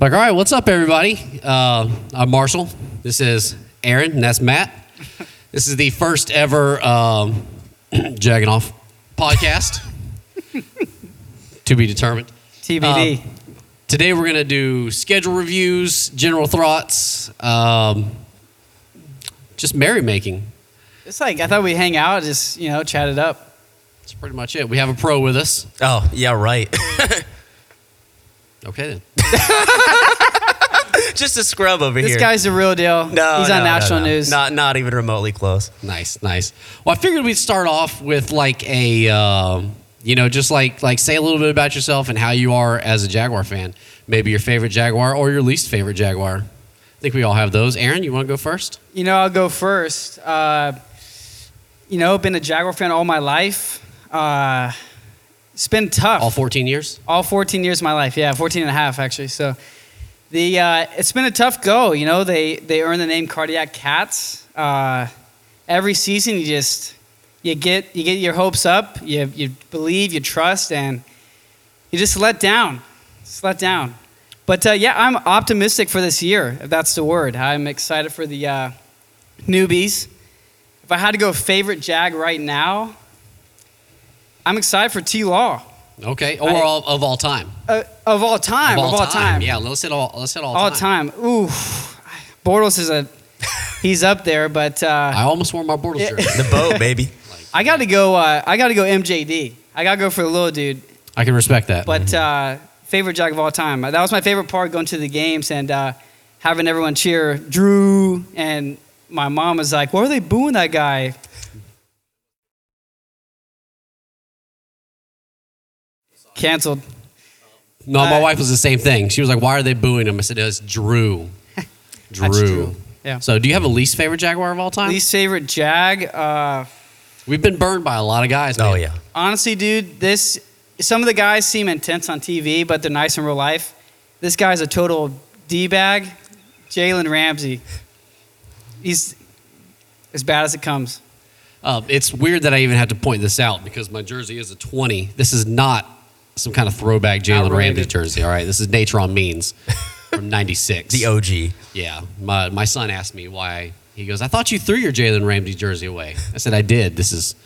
Like, all right, what's up, everybody? Uh, I'm Marshall. This is Aaron, and that's Matt. This is the first ever um, jagging off podcast to be determined. TBD. Today, we're going to do schedule reviews, general thoughts, um, just merrymaking. it's like I thought we would hang out, just you know, chat it up. That's pretty much it. We have a pro with us. Oh, yeah, right. Okay, then. Just a scrub over This here. guy's the real deal. no, he's no, on no, national no. news. Not not even remotely close. Nice, nice. Well, I figured we'd start off with like a, um, you know, just like like say a little bit about yourself and how you are as a Jaguar fan. Maybe your favorite Jaguar or your least favorite Jaguar. I think we all have those. Aaron, you want to go first? You know, I'll go first. Uh, you know, been a Jaguar fan all my life. Uh, it's been tough. All 14 years. all 14 years of my life. Yeah, 14 and a half actually. So the uh, it's been a tough go. You know, they they earn the name Cardiac Cats. Uh, every season, you just you get you get your hopes up. You you believe, you trust, and you just let down. Just let down. But uh, yeah, I'm optimistic for this year, if that's the word. I'm excited for the uh, newbies. If I had to go favorite Jag right now, I'm excited for T Law. Okay, or I- all, of all time. Uh, of all time. Of all, time. Yeah, let's hit all. Let's hit all, All time. time. Ooh, Bortles is a. He's up there, but uh, I almost wore my Bortles Yeah. jersey. The boat, baby. I got to go. Uh, I got to go MJD. I got to go for the little dude. I can respect that. But uh, favorite jag of all time. That was my favorite part going to the games and uh, having everyone cheer Drew. And my mom was like, "Why are they booing that guy?" Cancelled. no, my I- wife was the same thing. She was like, "Why are they booing him?" I said, "No, "It's Drew." Drew. Drew. Yeah. So, do you have a least favorite Jaguar of all time? Least favorite jag. Uh, We've been burned by a lot of guys. Oh man. yeah. honestly, dude, this some of the guys seem intense on TV, but they're nice in real life. This guy's a total d bag, Jalen Ramsey. He's as bad as it comes. Uh, it's weird that I even had to point this out because my jersey is a 20. This is not some kind of throwback Jalen Outrated. Ramsey jersey, all right? This is Natron Means from 96. The OG. yeah. My, my son asked me why. He goes, I thought you threw your Jalen Ramsey jersey away. I said, I did. This is,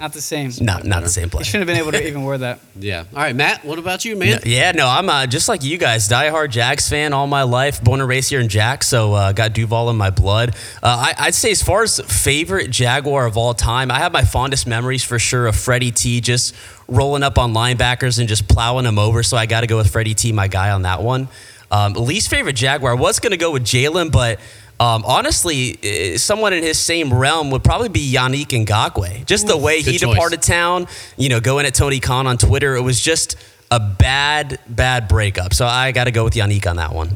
Not the same. Not not the same I player. shouldn't have been able to even wear that. yeah. All right, Matt, what about you, No, man? yeah, no, I'm uh, just like you guys, diehard Jags fan all my life, born and raised here in Jack, so uh, got Duval in my blood. Uh, I, I'd say as far as favorite Jaguar of all time, I have my fondest memories for sure of Freddie T just rolling up on linebackers and just plowing them over. So I got to go with Freddie T, my guy on that one. Um, least favorite Jaguar I was going to go with Jalen, but. Um, honestly, eh, someone in his same realm would probably be Yannick Ngakwe. Just the way Good he choice. departed town, you know, going at Tony Khan on Twitter. It was just a bad, bad breakup. So I got to go with Yannick on that one.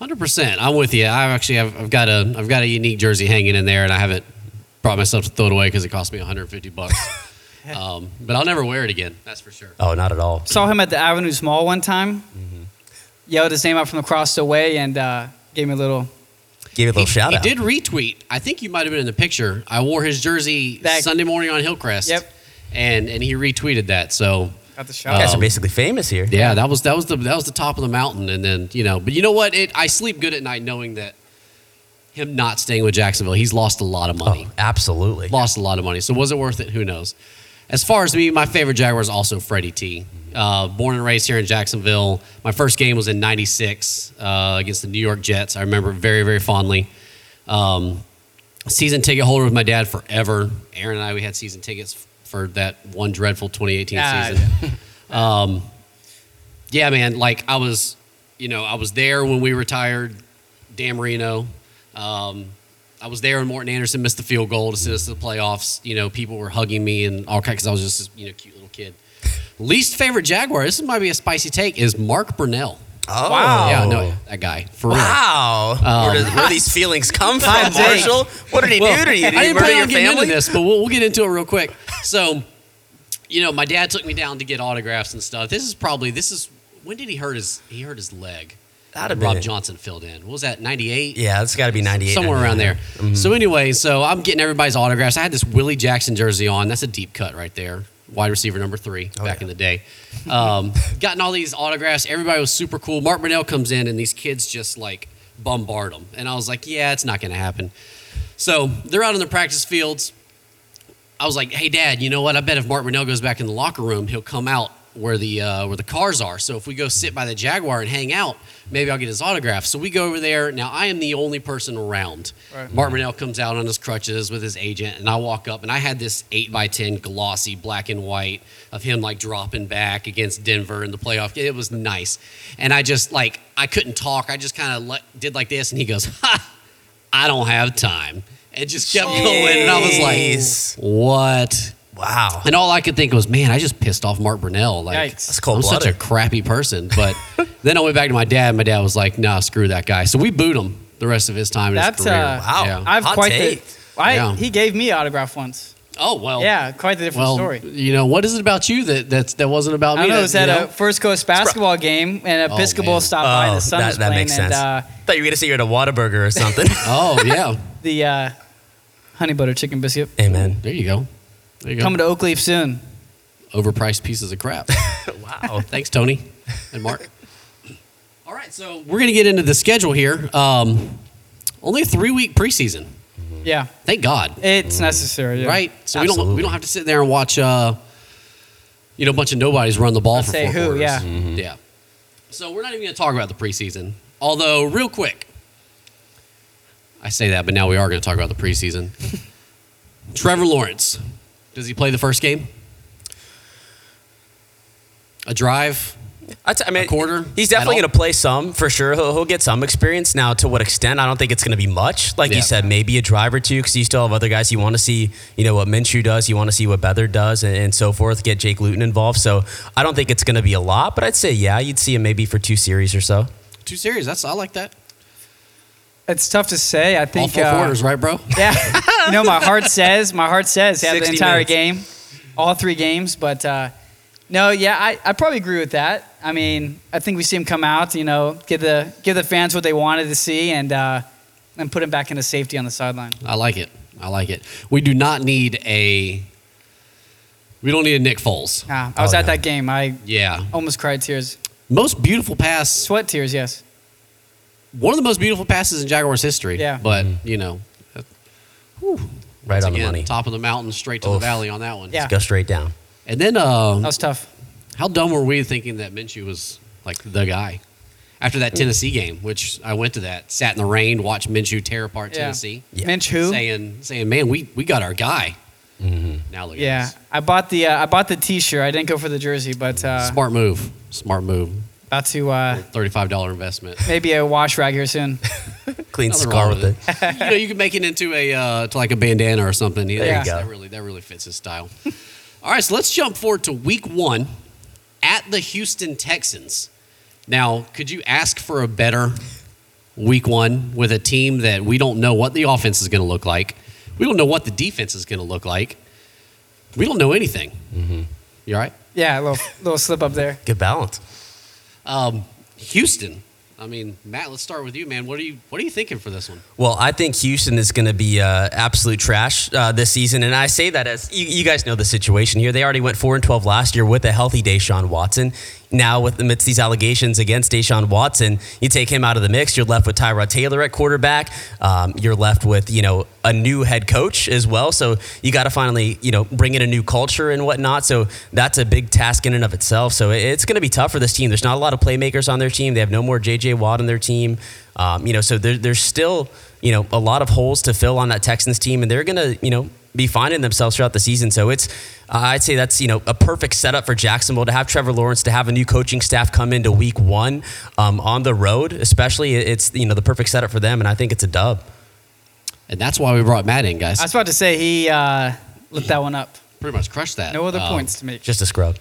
100%. I'm with you. I actually have, I've got a, I've got a unique jersey hanging in there and I haven't brought myself to throw it away because it cost me 150 bucks. um, but I'll never wear it again. That's for sure. Oh, not at all. Saw him at the Avenues Mall one time. Yelled his name out from across the way and uh, gave me a little. Gave it a little he, shout he out. did retweet. I think you might have been in the picture. I wore his jersey That- Sunday morning on Hillcrest. Yep. And and he retweeted that. So Got the You shot. Oh. guys Um, are basically famous here. yeah, that was that was the that was the top of the mountain. And then you know, but you know what? It I sleep good at night knowing that him not staying with Jacksonville, he's lost a lot of money. Oh, absolutely. Lost a lot of money. So was it worth it? Who knows? As far as me, my favorite Jaguar is also Freddie T. Uh, born and raised here in Jacksonville. My first game was in '96 uh, against the New York Jets. I remember very, very fondly. Um, season ticket holder with my dad forever. Aaron and I, we had season tickets f- for that one dreadful 2018 Ah, season. um, yeah, man. Like I was, you know, I was there when we retired Dan Marino. Um, I was there when Morton Anderson missed the field goal to send us to the playoffs. You know, people were hugging me and all kinds because I was just, this, you know, cute little kid. Least favorite Jaguar. This might be a spicy take. Is Mark Brunell? Oh. Wow. Yeah, no, that guy for real. Wow. Um, where, do, where do these feelings come from, Hot take. Marshall? What did he do to you? Did I he didn't murder plan your on getting family? into this, but we'll, we'll get into it real quick. So, you know, my dad took me down to get autographs and stuff. This is probably this is when did he hurt his he hurt his leg? That'd have Rob been- Johnson filled in. What was that? Ninety eight. Yeah, it's got to be Mm-hmm. 98. Somewhere around there. 99. So anyway, so I'm getting everybody's autographs. I had this Willie Jackson jersey on. That's a deep cut right there. wide receiver number three Oh, back yeah. in the day. Um, gotten all these autographs. Everybody was super cool. Mark Brunell comes in, and these kids just like bombard him. And I was like, yeah, it's not going to happen. So they're out on the practice fields. I was like, hey, Dad, you know what? I bet if Mark Brunell goes back in the locker room, he'll come out where the uh, where the cars are. So if we go sit by the Jaguar and hang out, maybe I'll get his autograph. So we go over there. Now I am the only person around. Right. Mark Brunell comes out on his crutches with his agent, and I walk up, and I had this eight by ten glossy black and white of him like dropping back against Denver in the playoff. It was nice, and I just like I couldn't talk. I just kind of le- did like this, and he goes, "Ha, I don't have time," and just kept going, and I was like. Jeez. What? wow. And all I could think was, man, I just pissed off Mark Brunell. Like, Yikes. That's I'm such a cold-blooded. crappy person. But then I went back to my dad, and my dad was like, nah, screw that guy. So we booed him the rest of his time in That's his career. uh, Wow. Yeah. I have Hot quite take. the. I, Yeah. He gave me autograph once. oh, well. Yeah, quite the different Well, story. you know, what is it about you that that's, that wasn't about me? I know that, it was at you a First Coast basketball game, and Oh, Episcopal man. stopped by. The sun that, was that playing, makes sense. and uh, Thought you were gonna say you're at a Whataburger or something. Oh, yeah. the uh, honey butter chicken biscuit Amen. There you go. There you go. coming to Oak Leaf soon. Overpriced pieces of crap. wow. Thanks, Tony and Mark. All right, so we're going to get into the schedule here. Um, only a three week preseason. Yeah, Thank God. it's necessary. yeah. right? So we don't we Absolutely. don't have to sit there and watch uh, you know a bunch of nobodies run the ball Let's for say four who, quarters. Mm-hmm. yeah. yeah. So we're not even going to talk about the preseason. Although, real quick, I say that, but now we are going to talk about the preseason. Trevor Lawrence, does he play the first game? A drive? I t- I mean, A quarter? He's At definitely all? going to play some for sure. He'll, he'll get some experience now. To what extent? I don't think it's going to be much. Like Yeah. you said, maybe a drive or two because you still have other guys you want to see. You know what Minshew does. You want to see what Beathard does, and, and so forth. Get Jake Luton involved. So I don't think it's going to be a lot, but I'd say yeah, you'd see him maybe for two series or so. Two series? That's I like that. It's tough to say. I All think four uh, quarters, right, bro? Yeah, you know my heart says my heart says yeah the 60 entire minutes. game, all three games. But uh, no, yeah, I, I probably agree with that. I mean, I think we see him come out, you know, give the give the fans what they wanted to see, and uh, and put him back into safety on the sideline. I like it. I like it. We do not need a. We don't need a Nick Foles. Ah, I was Oh, at yeah. that game. I Yeah. almost cried tears, Most beautiful pass. sweat tears. Yes, One of the most beautiful passes in Jaguars history. Yeah. But, you know, that- whew, Mm-hmm. Right once on the again, money. Top of the mountain, straight to the Oof. valley on that one. Yeah. Oh. Go straight down. And then that um, was tough. how dumb were we thinking that Minshew was like the guy? After that Tennessee game, which I went to that, sat in the rain, watched Minshew tear apart Yeah. Tennessee, Yeah. Minch who? saying, saying, man, we, we got our guy. Now look Yeah, at this. I bought the uh, I bought the T-shirt. I didn't go for the jersey, but uh, Smart move. Smart move. about to uh, $35 investment. maybe a wash rag here soon. Clean Nothing cigar wrong with it. you know, you can make it into a uh, to like a bandana or something. There you Yeah, go. That really that really fits his style. All right, so let's jump forward to week one at the Houston Texans. Now, could you ask for a better week one with a team that we don't know what the offense is going to look like? We don't know what the defense is going to look like. We don't know anything. Mm-hmm. You all right? Yeah, a little little slip up there. Good balance. Um, Houston. I mean, Matt, let's start with you, man. What are you What are you thinking for this one? Well, I think Houston is going to be uh, absolute trash uh, this season, and I say that as you, you guys know the situation here. They already went four and twelve last year with a healthy Deshaun Watson. Now, with amidst these allegations against Deshaun Watson, you take him out of the mix. You're left with Tyrod Taylor at quarterback. Um, you're left with you know a new head coach as well. So you got to finally you know bring in a new culture and whatnot. So that's a big task in and of itself. So it- it's going to be tough for this team. There's not a lot of playmakers on their team. They have no more J.J. Watt on their team. Um, you know, so there, there's still you know a lot of holes to fill on that Texans team, and they're gonna you know be finding themselves throughout the season. So it's uh, I'd say that's you know a perfect setup for Jacksonville to have Trevor Lawrence to have a new coaching staff come into Week One um, on the road, especially it's you know the perfect setup for them, and I think it's a dub. And that's why we brought Matt in, guys. I was about to say he uh, lit that one up. pretty much crushed that. No other Um, points to make. Just a scrub.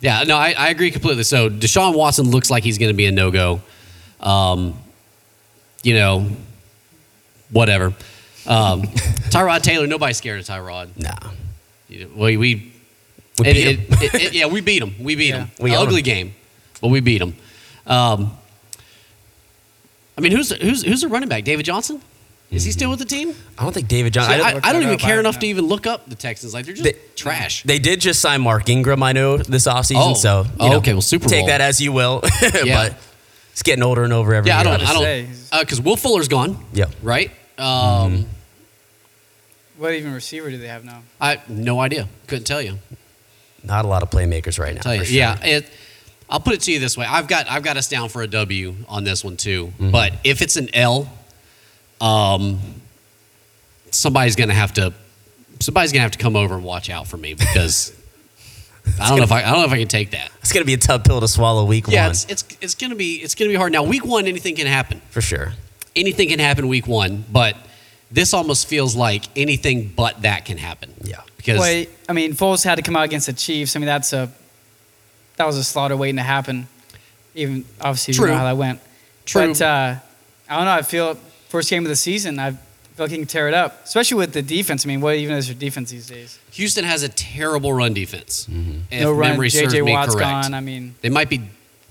Yeah, no, I, I agree completely. So Deshaun Watson looks like he's going to be a no go. Um, you know, whatever. Um, Tyrod Taylor, nobody's scared of Tyrod. Nah, You- We, we, We it- beat 'em. it- it- it- yeah, we beat him. We beat Yeah. him. We own 'em. ugly game, but we beat him. Um, I mean, who's who's who's the running back? David Johnson. Is he still with the team? I don't think David Johnson. I, I I don't, don't, even up. I care don't enough know. to even look up the Texans. Like they're just They- trash. they did just sign Mark Ingram, I know, this offseason. Oh. So, you Oh, know, okay, well, Super Take Bowl. that as you will. Yeah. But it's getting older and over every yeah, I year. don't. I say. don't. Because Uh, Will Fuller's gone. Yeah. Right. Um, What even receiver do they have now? I no idea. Couldn't tell you. Not a lot of playmakers right now. Tell you. for sure. Yeah. It, I'll put it to you this way. I've got I've got us down for a W on this one too. Mm-hmm. But if it's an L, um, somebody's gonna have to somebody's gonna have to come over and watch out for me because I don't know if I, I don't know if I can take that. It's going to be a tough pill to swallow week Yeah, one, it's, it's it's gonna be it's gonna be hard. Now week one, anything can happen. for sure. Anything can happen week one, but this almost feels like anything but that can happen. Yeah. Because Well, I mean, Foles had to come out against the Chiefs. I mean, that's a that was a slaughter waiting to happen. Even obviously, you True. know how that went. True. But uh, I don't know. I feel first game of the season, I feel like he can tear it up, especially with the defense. I mean, what even is your defense these days? Houston has a terrible run defense. If Mm-hmm. no run. memory serves J.J. me Watt's correct. gone. I mean, They might be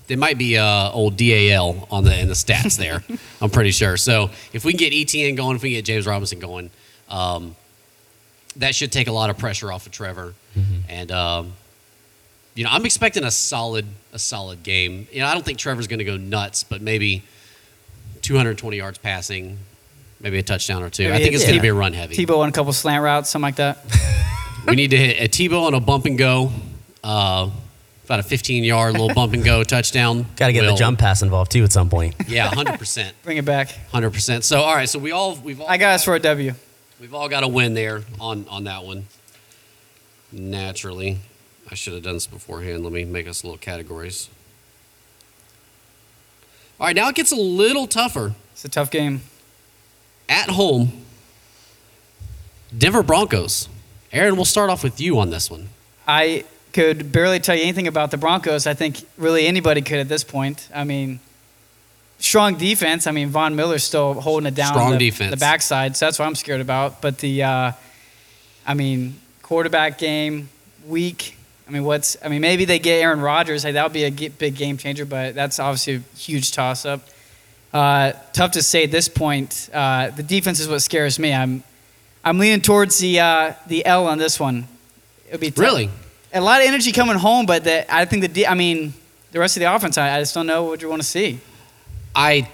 they might be uh, old DAL on the in the stats there. I'm pretty sure. So if we can get ETN going, if we can get James Robinson going, um, that should take a lot of pressure off of Trevor. Mm-hmm. And um, you know, I'm expecting a solid a solid game. You know, I don't think Trevor's going to go nuts, but maybe 220 yards passing, maybe a touchdown or two. I Maybe think it's it's going Tebow. to be a run heavy. Tebow on a couple slant routes, something like that. We need to hit a Tebow on a bump and go. Uh, about a 15 yard little bump and go touchdown. Got to get the Will- jump pass involved too at some point. Yeah, 100%. Bring it back. 100%. So, all right, so we all, we've all, I got us for a W. we've all got a win there on, on that one. Naturally. I should have done this beforehand. Let me make us little categories. All right, now it gets a little tougher. It's a tough game. At home, Denver Broncos. Aaron, we'll start off with you on this one. I could barely tell you anything about the Broncos. I think really anybody could at this point. I mean, strong defense. I mean, Von Miller's still holding it down Strong the, defense. the backside, so that's what I'm scared about. But the, uh, I mean, quarterback game weak. I mean, what's? I mean, maybe they get Aaron Rodgers. Like, that would be a ge- big game changer, but that's obviously a huge toss up. Uh, tough to say at this point. Uh, the defense is what scares me. I'm, I'm leaning towards the uh, the L on this one. It would be tough Really? a lot of energy coming home, but the, I think the D, I mean the rest of the offense. I, I just don't know what you want to see. I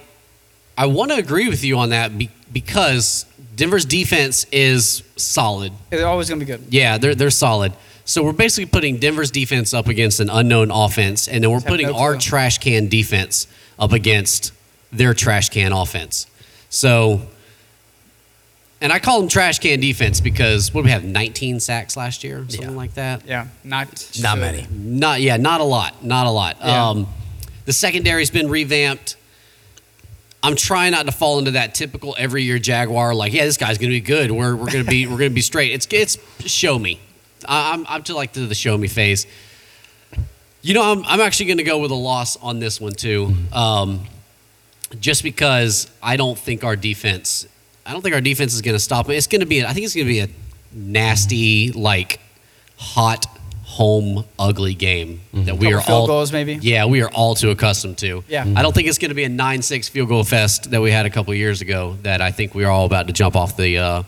I want to agree with you on that be, because Denver's defense is solid. They're always going to be good. Yeah, they're they're solid. So we're basically putting Denver's defense up against an unknown offense, and then we're Just have putting no our clue. trash can defense up against their trash can offense. So, and I call them trash can defense because what do we have 19 sacks last year, something Yeah. like that. Yeah, not Not so- many. Not yeah, not a lot, not a lot. Yeah. Um, the secondary's been revamped. I'm trying not to fall into that typical every year Jaguar like, yeah, this guy's gonna be good. We're we're gonna be we're gonna be straight. It's it's show me. I- I'm I'm to like to the show me phase. You know, I'm I'm actually gonna go with a loss on this one too. Um, just because I don't think our defense, I don't think our defense is going to stop it. It's going to be, I think it's going to be a nasty, like hot home ugly game that we Couple are field all goals, maybe? Yeah, we are all too accustomed to. Yeah. Mhm. I don't think it's going to be a nine-six field goal fest that we had a couple years ago. That I think we are all about to jump off the uh,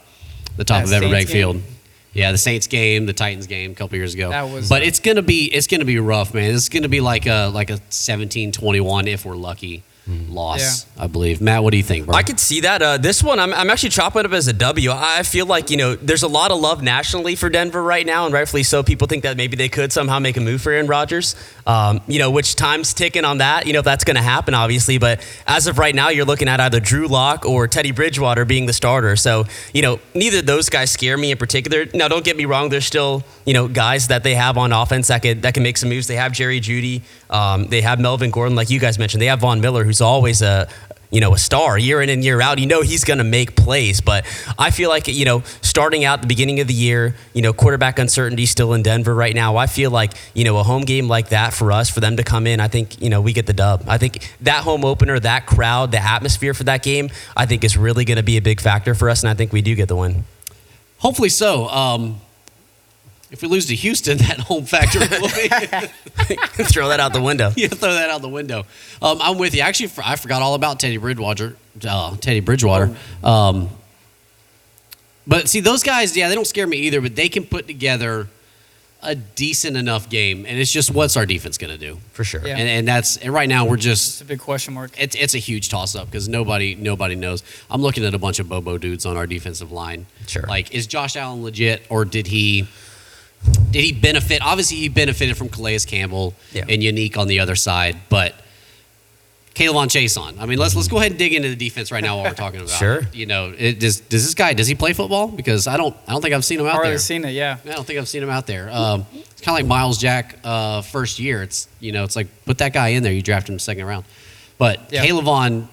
the top That of every bank Saints field. game. Yeah, the Saints game, the Titans game a couple years ago. That was- but it's gonna be it's gonna be rough, man. It's gonna be like a like a 17-21 if we're lucky Mm-hmm. loss, I believe. Matt, what do you think, bro? I could see that. Uh, this one, I'm, I'm actually chopping it up as a W. I I feel like, you know, there's a lot of love nationally for Denver right now, and rightfully so. People think that maybe they could somehow make a move for Aaron Rodgers, um, you know, which time's ticking on that. You know, if that's going to happen, obviously. But as of right now, you're looking at either Drew Lock or Teddy Bridgewater being the starter. So, you know, neither of those guys scare me in particular. Now, don't get me wrong. There's still, you know, guys that they have on offense that could, that can make some moves. They have Jerry Judy. Um, they have Melvin Gordon, like you guys mentioned. They have Von Miller, who's always a, you know, a star year in and year out. You know he's going to make plays, but I feel like you know, starting out the beginning of the year, you know, quarterback uncertainty still in Denver right now. I feel like you know a home game like that for us, for them to come in, I think you know we get the dub. I think that home opener, that crowd, the atmosphere for that game, I think is really going to be a big factor for us, and I think we do get the win. Hopefully so. Um, if we lose to Houston, that home factor will be Throw that out the window. you throw that out the window. Um, I'm with you. Actually, I forgot all about Teddy Bridgewater. Uh, Teddy Bridgewater. Um, But see, those guys, yeah, they don't scare me either, but they can put together a decent enough game, and it's just what's our defense going to do? for sure. Yeah. And, and that's and right now we're It's just a big question mark. it's it's a huge toss up because nobody nobody knows. I'm looking at a bunch of Bobo dudes on our defensive line. Sure. Like, is Josh Allen legit or did he did he benefit? Obviously, he benefited from Calais Campbell Yeah. and Unique on the other side, but Caleb on Chase on. I mean, let's let's go ahead and dig into the defense right now while we're talking about. Sure. It. You know, it, does does this guy does he play football? Because I don't I don't think I've seen him out Already there. seen it, yeah. I don't think I've seen him out there. Um, it's kind of like Miles Jack uh, first year. It's you know, it's like put that guy in there. You draft him second round, but Yeah. Caleb on,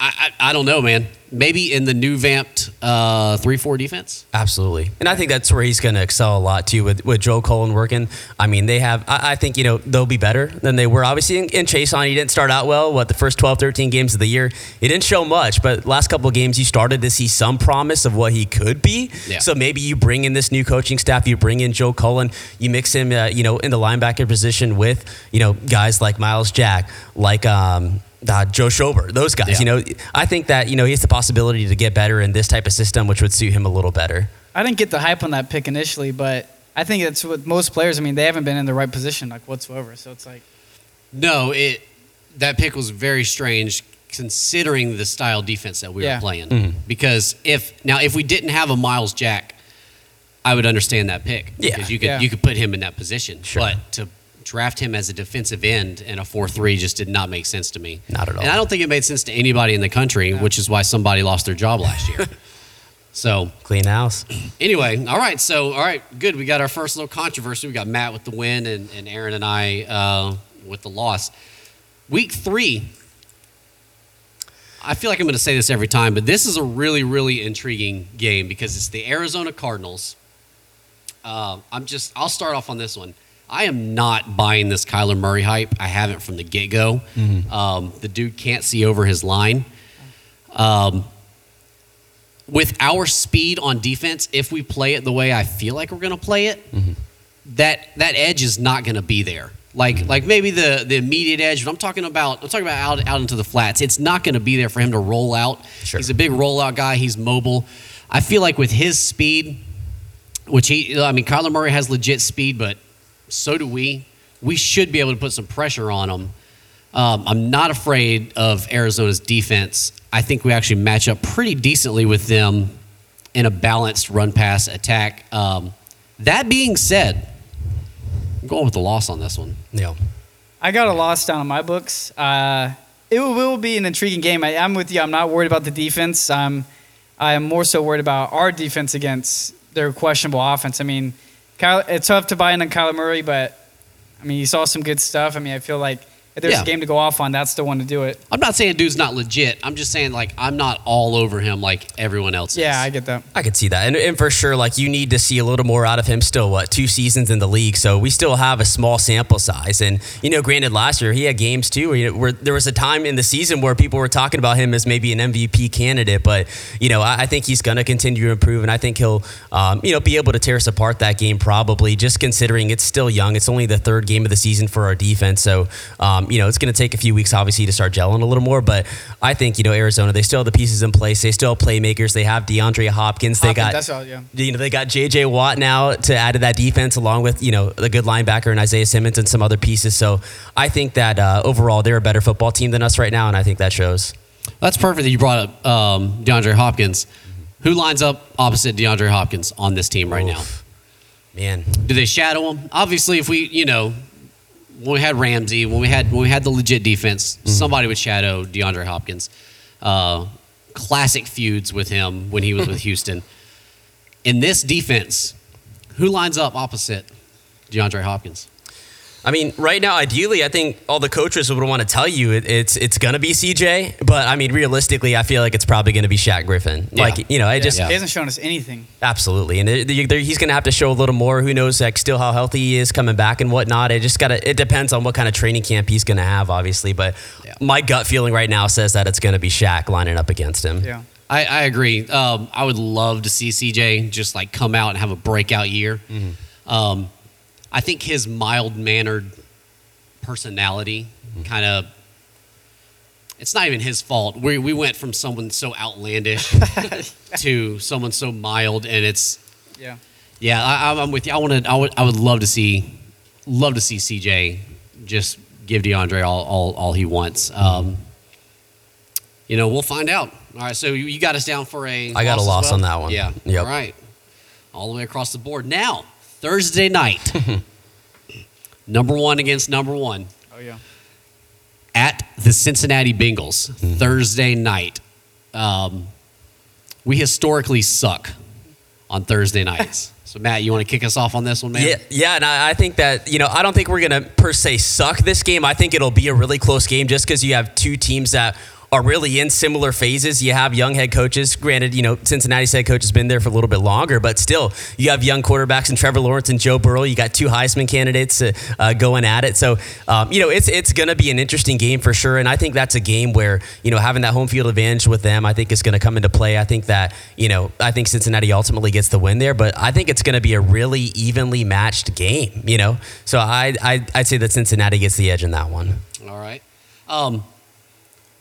I, I I don't know, man. Maybe in the new vamped uh, three four defense. Absolutely. And I think that's where he's going to excel a lot too with, with Joe Cullen working. I mean, they have, I, I think, you know, they'll be better than they were. Obviously, in, in Chase on, he didn't start out well, what, the first 12, 13 games of the year. He didn't show much, but last couple of games, you started to see some promise of what he could be. Yeah. So maybe you bring in this new coaching staff, you bring in Joe Cullen, you mix him, uh, you know, in the linebacker position with, you know, guys like Miles Jack, like, um, uh, Joe Schobert, those guys, Yeah. you know, I think that, you know, he has the possibility to get better in this type of system, which would suit him a little better. I didn't get the hype on that pick initially, but I think it's with most players. I mean, they haven't been in the right position like whatsoever. So it's like, No, it that pick was very strange considering the style defense that we Yeah. were playing. Mm-hmm. Because if now if we didn't have a Miles Jack, I would understand that pick. Yeah. Because you could Yeah. you could put him in that position. Sure. But to draft him as a defensive end and a four three just did not make sense to me. Not at all. And I don't think it made sense to anybody in the country, which is why somebody lost their job last year. so Clean house. Anyway, all right. So, all right, good. We got our first little controversy. We got Matt with the win and, and Aaron and I uh, with the loss. Week three, I feel like I'm going to say this every time, but this is a really, really intriguing game because it's the Arizona Cardinals. Uh, I'm just, I'll start off on this one. I am not buying this Kyler Murray hype. I haven't from the get go. Um, the dude can't see over his line. Um, with our speed on defense, if we play it the way I feel like we're going to play it, that that edge is not going to be there. Like like maybe the the immediate edge, but I'm talking about I'm talking about out out into the flats. It's not going to be there for him to roll out. Sure. He's a big rollout guy. He's mobile. I feel like with his speed, which he I mean Kyler Murray has legit speed, but so do we. We should be able to put some pressure on him. Um, I'm not afraid of Arizona's defense. I think we actually match up pretty decently with them in a balanced run pass attack. Um, that being said, I'm going with the loss on this one. Yeah. I got a loss down on my books. Uh, it will, will be an intriguing game. I, am with you. I'm not worried about the defense. I'm, I am more so worried about our defense against their questionable offense. I mean, Kyle, it's tough to buy in on Kyler Murray, but I mean, you saw some good stuff. I mean, I feel like if there's Yeah. a game to go off on, that's the one to do it. I'm not saying dude's not legit. I'm just saying like I'm not all over him like everyone else. Yeah, I is. get that. I could see that. And, and for sure, like you need to see a little more out of him still, what, two seasons in the league. So we still have a small sample size. And, you know, granted, last year he had games too where, you know, where there was a time in the season where people were talking about him as maybe an MVP candidate. But, you know, I, I think he's going to continue to improve. And I think he'll, um, you know, be able to tear us apart that game probably, just considering it's still young. It's only the third game of the season for our defense. So, um, you know, it's going to take a few weeks, obviously, to start gelling a little more. But I think, you know, Arizona, they still have the pieces in place. They still have playmakers. They have DeAndre Hopkins. They Hopkins, got that's all, yeah. you know, they got JJ Watt now to add to that defense, along with you know the good linebacker and Isaiah Simmons and some other pieces. So I think that uh, overall they're a better football team than us right now, and I think that shows. That's perfect that you brought up um, DeAndre Hopkins. Who lines up opposite DeAndre Hopkins on this team right now? Oof. man, Do they shadow him? Obviously, if we, you know, when we had Ramsey, when we had when we had the legit defense, somebody would shadow DeAndre Hopkins. Uh, classic feuds with him when he was with Houston. In this defense, who lines up opposite DeAndre Hopkins? I mean, right now, ideally, I think all the coaches would want to tell you it, it's it's gonna be CJ, but I mean, realistically, I feel like it's probably gonna be Shaq Griffin. Yeah. Like you know, I just Yeah. He hasn't shown us anything. Absolutely, and it- there- there- he's going to have to show a little more. Who knows, like, still how healthy he is coming back and whatnot. It just got to. It depends on what kind of training camp he's going to have, obviously. But Yeah. my gut feeling right now says that it's going to be Shaq lining up against him. Yeah. I, I agree. Um, I would love to see CJ just like come out and have a breakout year. Um, I think his mild mannered personality kind of it's not even his fault. We we went from someone so outlandish to someone so mild, and it's Yeah. yeah, I, I'm- I'm with you. I wanted, I would, I would love to see, love to see CJ just give DeAndre all, all, all he wants. Um, you know, we'll find out. All right, so you, you got us down for a. I got a as loss well? on that one. Yeah. Yep. All right, all the way across the board. Now Thursday night, number one against number one Oh yeah. at the Cincinnati Bengals Thursday night. Um, we historically suck on Thursday nights. so Matt, you want to kick us off on this one, man? Yeah, yeah, and I, I think that you know I don't think we're gonna per se suck this game. I think it'll be a really close game just because you have two teams that are really in similar phases. You have young head coaches. Granted, you know Cincinnati's head coach has been there for a little bit longer, but still you have young quarterbacks in Trevor Lawrence and Joe Burrow. You got two Heisman candidates uh, uh, going at it. So um, you know it's it's gonna be an interesting game for sure. And I think that's a game where you know having that home field advantage with them, I think is gonna come into play. I think that you know I think Cincinnati ultimately gets the win there, but I think it's gonna be a really evenly matched game. You know, so I, I I'd say that Cincinnati gets the edge in that one. All right. Um,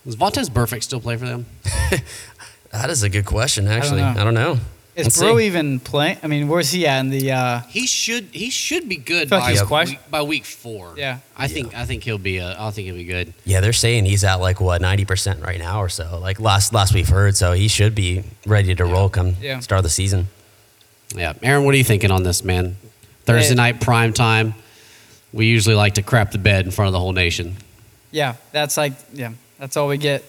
does Vontez Burfict still play for them? That is a good question. Actually, know. I don't know. Is Let's Bro see. even playing? I mean, where's he at in the? Uh, He should. He should be good Fuck, by he's week, quite- by week four. Yeah. I think. I think he'll be. A, I think he'll be good. Yeah, they're saying he's at like what ninety percent right now or so. Like last last we've heard, so he should be ready to roll come Yeah. start of the season. Yeah. Aaron, what are you thinking on this, man? Thursday Eh. night prime time. We usually like to crap the bed in front of the whole nation. yeah, that's like yeah, that's all we get.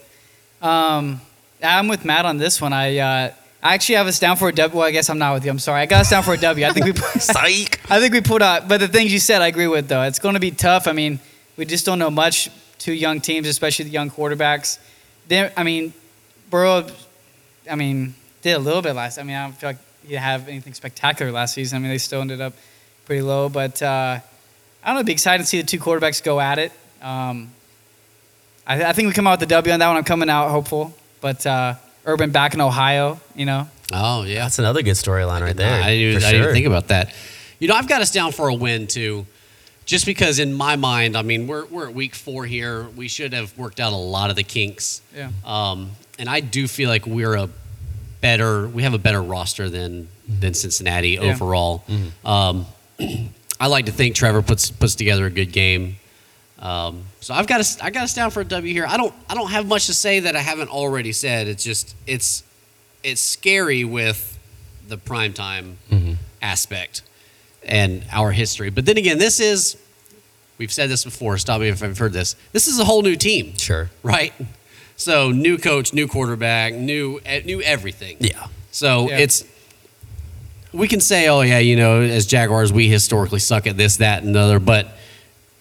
Um, I'm with Matt on this one. I uh, I actually have us down for a W. Well, I guess I'm not with you. I'm sorry. I got us down for a W. I think we. Psych. I think we put out, but the things you said, I agree with though. It's going to be tough. I mean, we just don't know much. Two young teams, especially the young quarterbacks. Then, I mean, Burrow. I mean, did a little bit last. I mean, I don't feel like he have anything spectacular last season. I mean, they still ended up pretty low, but uh, I don't know. It'd be excited to see the two quarterbacks go at it. Um, I, I think we come out with the W on that one. I'm coming out hopeful, but uh, Urban back in Ohio, you know. Oh yeah. That's another good storyline right there. I, didn't, for I didn't sure. think about that. You know, I've got us down for a win too, just because in my mind, I mean, we're we're at week four here. We should have worked out a lot of the kinks, Yeah. um, and I do feel like we're a better. We have a better roster than than Cincinnati overall. Mm-hmm. Um, I like to think Trevor puts puts together a good game. Um, so I've got us, I got us down for a W here. I don't I don't have much to say that I haven't already said. It's just it's it's scary with the primetime Mm-hmm. aspect and our history. But then again, this is we've said this before. Stop me if I've heard this. This is a whole new team, Sure. right? So new coach, new quarterback, new eh, new everything. Yeah. So Yeah. it's we can say, oh yeah, you know, as Jaguars, we historically suck at this, that, and the other. But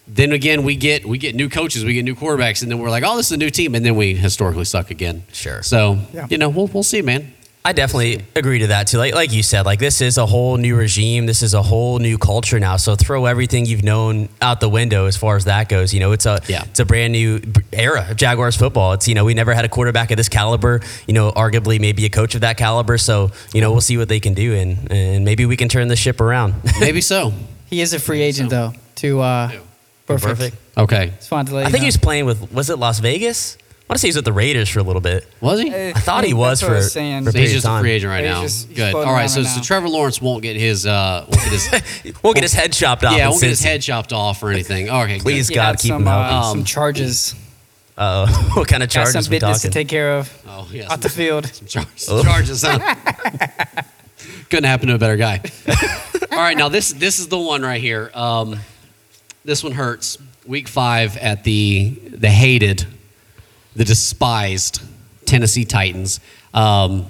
then again, we get we get new coaches, we get new quarterbacks, and then we're like, oh, this is a new team, and then we historically suck again. Sure. So Yeah. you know, we'll we'll see, man. I definitely agree to that too. Like like you said, like this is a whole new regime. This is a whole new culture now. So throw everything you've known out the window as far as that goes. You know, it's a Yeah. it's a brand new era of Jaguars football. It's you know we never had a quarterback of this caliber. You know, arguably maybe a coach of that caliber. So you know we'll see what they can do and and maybe we can turn the ship around. Maybe so. He is a free agent though. To uh, Who? perfect. Okay. Just wanted to let I you think know. he was playing with was it Las Vegas? I want to say he's with the Raiders for a little bit. Was he? Uh, I thought he That's was what for, I for a was saying. so period he's just of a time. free agent right He's now. just- he's Good. floating All right. around So, right so now. Trevor Lawrence won't get his uh, won't get his We'll get his head chopped off. yeah in won't get his Cincy. head chopped off or anything. Okay. good. Please. He God, had keep some, him uh, healthy. some Um, charges. Uh, what kind of Got charges some we business talking? to take care of Oh yes. off the field. some char- some Oh. charges huh? Couldn't happen to a better guy. All right, now this this is the one right here. Um, this one hurts. Week five at the the hated, the despised Tennessee Titans. Um,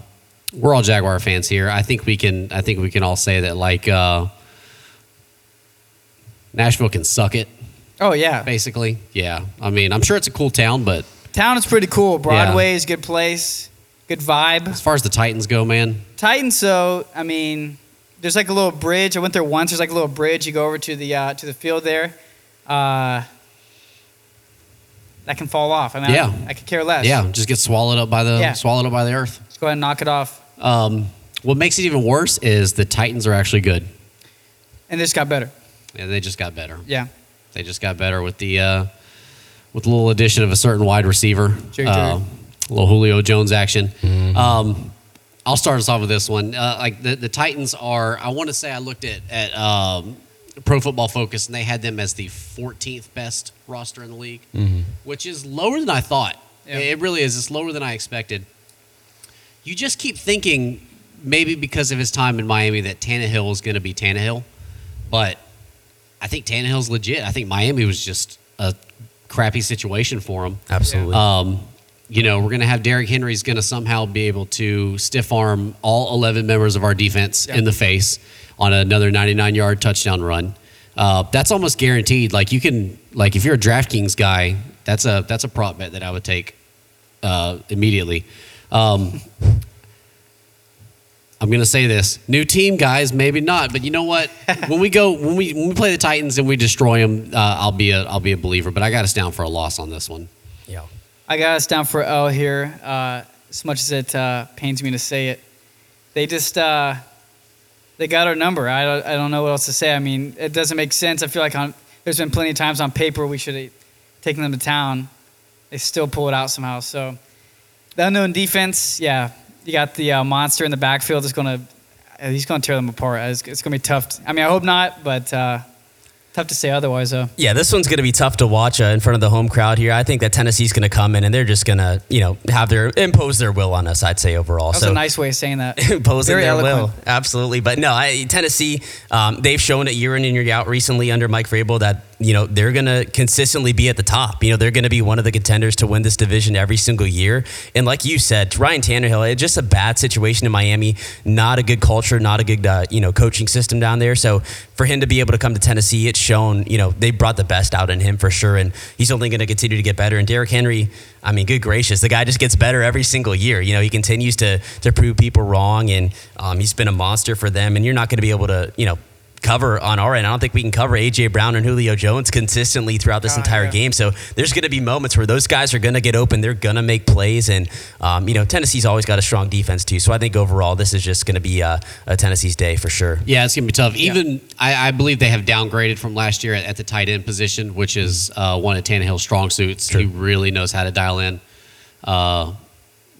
we're all Jaguar fans here. I think we can I think we can all say that like uh, Nashville can suck it Oh yeah, basically. Yeah, I mean I'm sure it's a cool town, but town is pretty cool. Broadway is a good place, good vibe. as far as the Titans go, man, Titans though, I mean, there's like a little bridge. I went there once. There's like a little bridge. You go over to the uh, to the field there. Uh, that can fall off. I mean, I- Yeah. I, could care less. yeah, just get swallowed up by the Yeah. swallowed up by the earth. Just go ahead and knock it off. Um, what makes it even worse is the Titans are actually good. And this got better. Yeah, they just got better. Yeah. They just got better with the uh, with a little addition of a certain wide receiver. Jerry Uh, a little Julio Jones action. Um, I'll start us off with this one. Uh, like the, the Titans are, I want to say I looked at at um, Pro Football Focus and they had them as the 14th best roster in the league, which is lower than I thought. Yeah. It really is. It's lower than I expected. You just keep thinking maybe because of his time in Miami that Tannehill is going to be Tannehill, but I think Tannehill's legit. I think Miami was just a crappy situation for him. Absolutely. Um, you know, we're going to have Derrick Henry's going to somehow be able to stiff arm all 11 members of our defense Yeah. in the face on another 99 yard touchdown run. Uh, that's almost guaranteed. Like you can, like if you're a DraftKings guy, that's a that's a prop bet that I would take uh, immediately. Um, I'm gonna say this: new team, guys, maybe not, but you know what? when we go, when we when we play the Titans and we destroy them, uh, I'll be a I'll be a believer. But I got us down for a loss on this one. yeah. I got us down for L here. Uh, as much as it uh, pains me to say it, they just uh, they got our number. I don't, I don't know what else to say. I mean, it doesn't make sense. I feel like on, there's been plenty of times on paper we should have taken them to town. They still pull it out somehow. So the unknown defense, yeah, you got the uh, monster in the backfield that's gonna uh, he's gonna tear them apart. It's, it's gonna be tough. t- I mean, I hope not, but uh, tough to say otherwise though. Yeah, this one's going to be tough to watch uh, in front of the home crowd here. I think that Tennessee's going to come in and they're just going to, you know, have their impose their will on us. I'd say overall. That's so a nice way of saying that. imposing Very their eloquent. will, absolutely. But no, I, Tennessee, um, they've shown it year in and year out recently under Mike Vrabel that you know they're going to consistently be at the top. You know, they're going to be one of the contenders to win this division every single year. And like you said, Ryan Tannehill, it's just a bad situation in Miami. Not a good culture, not a good uh, you know coaching system down there. So for him to be able to come to Tennessee, it's shown you know they brought the best out in him for sure, and he's only going to continue to get better. And Derrick Henry, I mean, good gracious, the guy just gets better every single year. You know, he continues to to prove people wrong, and um, he's been a monster for them. And you're not going to be able to, you know. Cover on our end. I don't think we can cover AJ Brown and Julio Jones consistently throughout this Oh, entire yeah. game. So there's going to be moments where those guys are going to get open. They're going to make plays, and um, you know Tennessee's always got a strong defense too. So I think overall this is just going to be uh, a Tennessee's day for sure. Yeah, it's gonna be tough. Even I, I believe they have downgraded from last year at, at the tight end position, which is uh, one of Tannehill's strong suits. He really knows how to dial in, uh,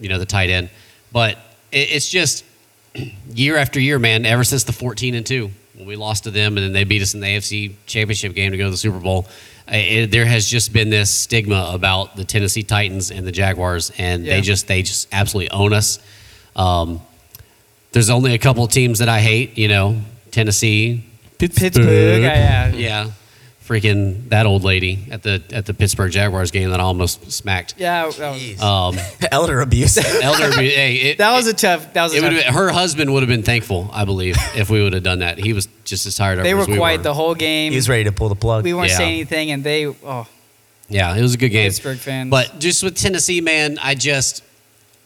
you know, the tight end. But it, it's just year after year, man. Ever since the fourteen and two, when we lost to them, and then they beat us in the AFC Championship game to go to the Super Bowl, i it, there has just been this stigma about the Tennessee Titans and the Jaguars, and Yeah. they just they just absolutely own us. Um, there's only a couple teams that I hate, you know, Tennessee. Pittsburgh, yeah, yeah. Yeah. Freaking that old lady at the at the Pittsburgh Jaguars game that I almost smacked. Yeah, that was, Um, Elder abuse. Elder, hey, it, that was a tough. That was a it tough. would have, her husband would have been thankful, I believe, if we would have done that. He was just as tired of they it were as we quiet were. the whole game. he was ready to pull the plug. we weren't Yeah. saying anything, and they oh Yeah, it was a good game. Pittsburgh fans. But just with Tennessee, man, I just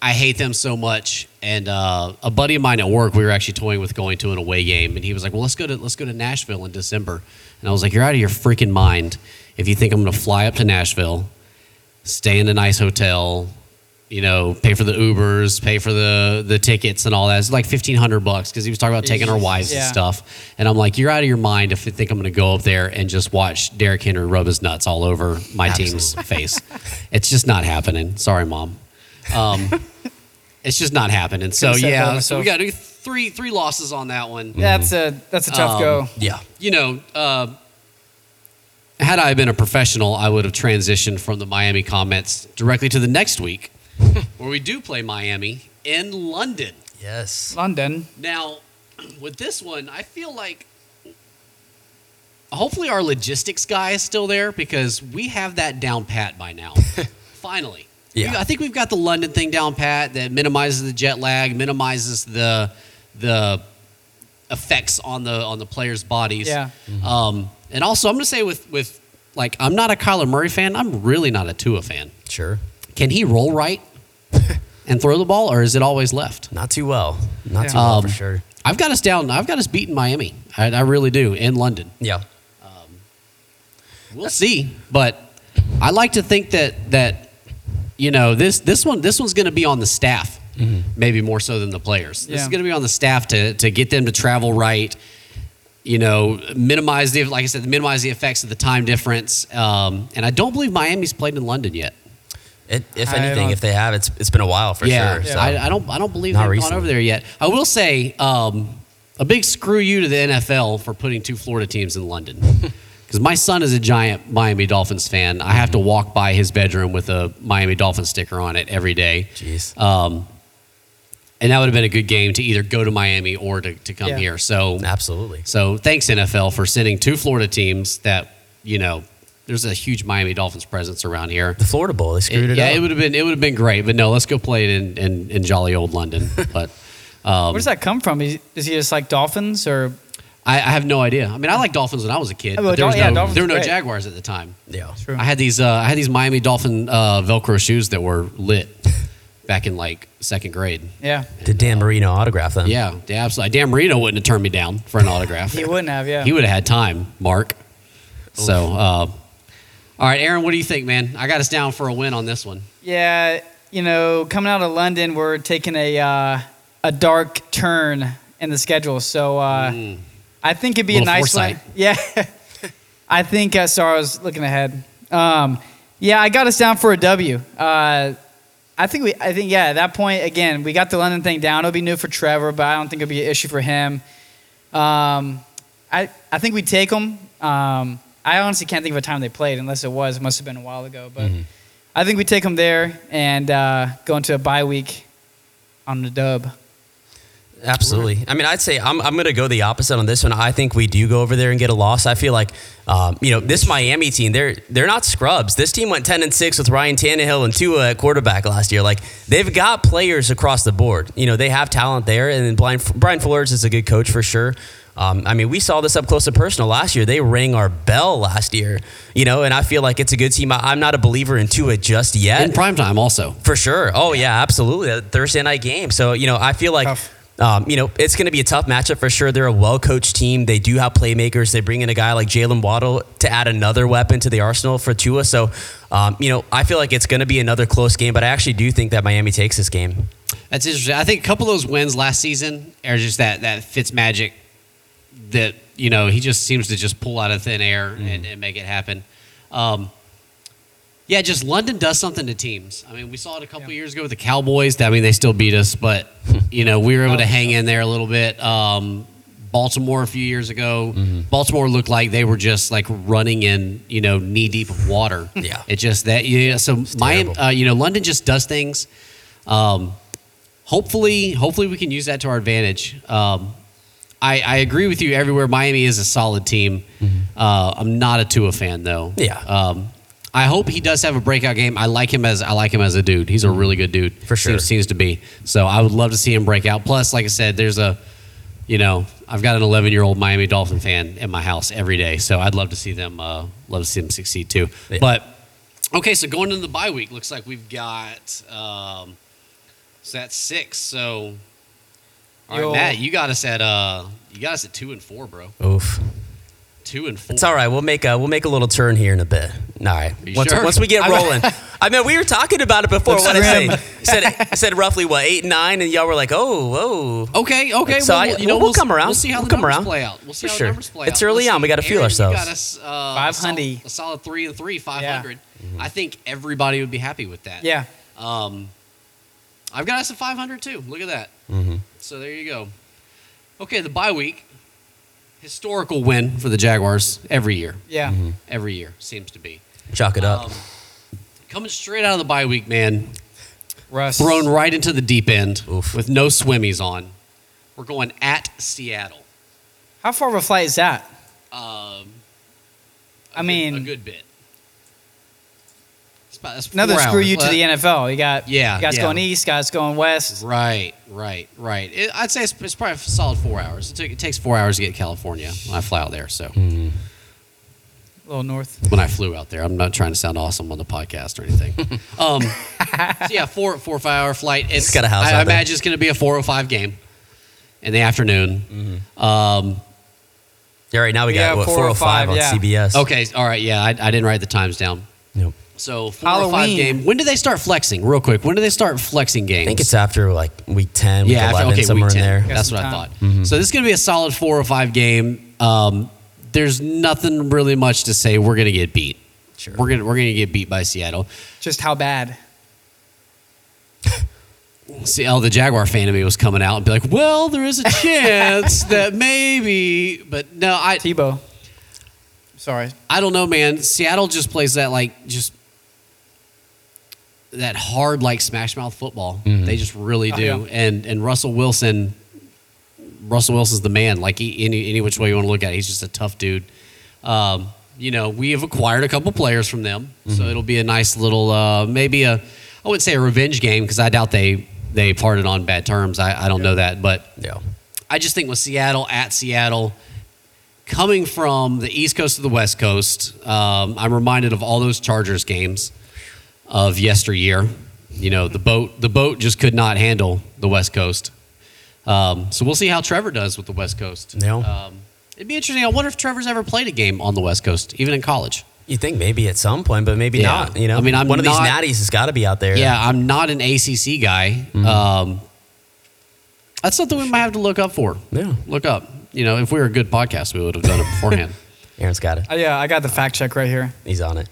I hate them so much. And uh, a buddy of mine at work, we were actually toying with going to an away game, and he was like, "Well, let's go to let's go to Nashville in December." And I was like, "You're out of your freaking mind if you think I'm going to fly up to Nashville, stay in a nice hotel." You know, pay for the Ubers, pay for the the tickets and all that. It's like fifteen hundred bucks because he was talking about taking our wives and Yeah. stuff. And I'm like, you're out of your mind if you think I'm going to go up there and just watch Derrick Henry rub his nuts all over my team's face. It's just not happening. Sorry, mom. Um, it's just not happening. So Could've said that yeah, so myself. we got three three losses on that one. that's a that's a tough Um, go. yeah. You know, uh, had I been a professional, I would have transitioned from the Miami comments directly to the next week, where we do play Miami in London. Yes. London, Now, with this one, I feel like hopefully our logistics guy is still there because we have that down pat by now. Finally. Yeah. We- I think we've got the London thing down pat that minimizes the jet lag, minimizes the the effects on the on the players' bodies. Yeah. Um, and also I'm gonna say with with like I'm not a Kyler Murray fan, I'm really not a Tua fan. Sure. Can he roll right and throw the ball or is it always left? Not too well. Not Yeah. too well for Um, sure. I've got us down. I've got us beating Miami. I, I really do in London. Yeah. We'll see, but I like to think that that you know this this one this one's going to be on the staff, maybe more so than the players. This Yeah. is going to be on the staff to to get them to travel right. you know, minimize the like I said, minimize the effects of the time difference. Um, and I don't believe Miami's played in London yet. It, if I anything, don't- if they have, it's it's been a while for yeah, sure. yeah. so. I, I don't I don't believe Not they've recently. gone over there yet. I will say um, a big screw you to the NFL for putting two Florida teams in London. Because my son is a giant Miami Dolphins fan, I have to Mm-hmm. walk by his bedroom with a Miami Dolphins sticker on it every day. Jeez. Um, and that would have been a good game to either go to Miami or to, to come Yeah. here. So Absolutely. so thanks NFL for sending two Florida teams that you know there's a huge Miami Dolphins presence around here. The Florida Bowl, they screwed it, yeah, up. it would have been it would have been great, but no, let's go play it in in, in jolly old London. but um, Where does that come from? Is, is he just like dolphins or? I, I have no idea. I mean, I like Dolphins when I was a kid. but Oh, there Dol- was yeah, no, Dolphins there were no are great. Jaguars at the time. yeah. True. I had these uh, I had these Miami Dolphin uh, Velcro shoes that were lit back in like second grade. Yeah, Did Dan Marino autograph them? Yeah, yeah, absolutely. Dan Marino wouldn't have turned me down for an autograph. he wouldn't have. Yeah, He would have had time, Mark. So, uh, all right, Aaron, what do you think, man? I got us down for a win on this one. yeah. You know, coming out of London, we're taking a uh, a dark turn in the schedule. So uh, I think it'd be a, Mm. Little nice foresight. one. Yeah, I think. Uh, sorry, I was looking ahead. Um, yeah, I got us down for a W. Uh, I think we. I think yeah. At that point, again, we got the London thing down. It'll be new for Trevor, but I don't think it'll be an issue for him. Um, I I think we take them. Um, I honestly can't think of a time they played, unless it was. It must have been a while ago, but Mm-hmm. I think we take them there and uh, go into a bye week on the dub. Absolutely. I mean, I'd say I'm, I'm going to go the opposite on this one. I think we do go over there and get a loss. I feel like, um, you know, this Miami team, they're they're not scrubs. This team went 10 and 6 with Ryan Tannehill and Tua at quarterback last year. Like, they've got players across the board. You know, they have talent there. And then Brian, Brian Flores is a good coach for sure. Um, I mean, we saw this up close and personal last year. They rang our bell last year, you know, and I feel like it's a good team. I, I'm not a believer in Tua just yet. In primetime, also. For sure. Oh yeah, absolutely. That Thursday night game. So you know, I feel like. Tough. Um, you know, it's going to be a tough matchup for sure. They're a well coached team. They do have playmakers. They bring in a guy like Jalen Waddle to add another weapon to the arsenal for Tua. So, um, you know, I feel like it's going to be another close game, but I actually do think that Miami takes this game. That's interesting. I think a couple of those wins last season are just that that Fitz magic that you know he just seems to just pull out of thin air and, and make it happen. Um, yeah, just London does something to teams. I mean, we saw it a couple Yeah. years ago with the Cowboys. I mean, they still beat us, but you know we were able to hang in there a little bit. Um, Baltimore a few years ago, Baltimore looked like they were just like running in you know knee deep of water. Yeah. it just that yeah. So Miami, terrible. uh, you know, London just does things. Um, hopefully, hopefully we can use that to our advantage. Um, I, I agree with you everywhere. Miami is a solid team. Uh, I'm not a Tua fan though. Mm-hmm. Yeah. Um, I hope he does have a breakout game. I like him as I like him as a dude. He's a really good dude. Mm-hmm. For sure. seems, seems to be. So I would love to see him break out. Plus, like I said, there's a, you know, I've got an 11 year old Miami Dolphin fan in my house every day. So I'd love to see them. Uh, love to see them succeed too. Yeah. But okay, so going into the bye week, looks like we've got. Um, so that's six. So, all right, Yo. Matt, you got us at uh, you got us at two and four, bro. Oof. Two and four. It's all right. We'll make a we'll make a little turn here in a bit. All right. You Once, sure? once we get I'm- rolling. I mean, we were talking about it before. Looks What I say? grim. said said roughly what eight nine, and y'all were like, oh, whoa. Okay, okay. So well, I- we'll- you we'll- know, we'll come around. We'll see how We'll the come numbers around. play out. We'll see For how sure. the numbers play It's out. early Let's on. We see. gotta feel Aaron, ourselves. You got us, uh, a, solid, 500. a solid three and three, five hundred. I think everybody would be happy with that. Yeah, Um, I've got us a five hundred too. Look at that. Mhm. So there you go. Okay, the bye week, historical win for the Jaguars every year. yeah. Every year seems to be. Chalk it up. Um, coming straight out of the bye week, man, Russ thrown right into the deep end Oof. with no swimmies on. We're going at Seattle. How far of a flight is that? Um, I good- mean, a good bit. It's about- that's another four screw hours. you to Well, the NFL. You got Yeah, you guys yeah. going east, guys going west. Right, right, right. It, I'd say it's, it's probably a solid four hours. It, took, it takes four hours to get to California when I fly out there. So Hmm. A little north. when I flew out there, I'm not trying to sound awesome on the podcast or anything. um, so yeah, four four or five hour flight. It's, got a house I, out I there. imagine it's going to be a four or five game in the afternoon. Mm-hmm. Um, Yeah, right now we We got got what 405, 405 on yeah. CBS. okay, all right. Yeah, I, I didn't write the times down. Nope. So four or five Halloween. game. When do they start flexing? Real quick. When do they start flexing games? I think it's after like week 10, week yeah, after- 11, okay, somewhere week in 10. there. Mm-hmm. Got That's some what I time. thought. So this is going to be a solid four or five game. um, there's nothing really much to say. We're gonna get beat. Sure. We're gonna we're gonna get beat by Seattle. Just how bad? See, oh, the Jaguar fan of me was coming out and be like, "Well, there is a chance that maybe," but no, I Tebow. Sorry. I don't know, man. Seattle just plays that like just that hard like smash mouth football. They just really Oh, do. yeah. And and Russell Wilson, Russell Wilson's the man. Like he, any any which way you want to look at it, he's just a tough dude. Um, you know, we have acquired a couple players from them, so it'll be a nice little uh, maybe a I wouldn't say a revenge game because I doubt they they parted on bad terms. I, I don't know that, but Yeah. I just think with Seattle at Seattle, coming from the East Coast to the West Coast, um, I'm reminded of all those Chargers games of yesteryear. You know, the boat the boat just could not handle the West Coast. Um, so we'll see how Trevor does with the West Coast. Yeah. Um, it'd be interesting. I wonder if Trevor's ever played a game on the West Coast, even in college. You think maybe at some point, but maybe Yeah. not. You know, I mean, I'm one of not- these natties has got to be out there. Yeah, I'm not an ACC guy. Mm-hmm. Um, that's something we might have to look up for. Yeah. Look up. You know, if we were a good podcast, we would have done it beforehand. Aaron's got it. Uh, yeah, I got the fact check right here. He's on it.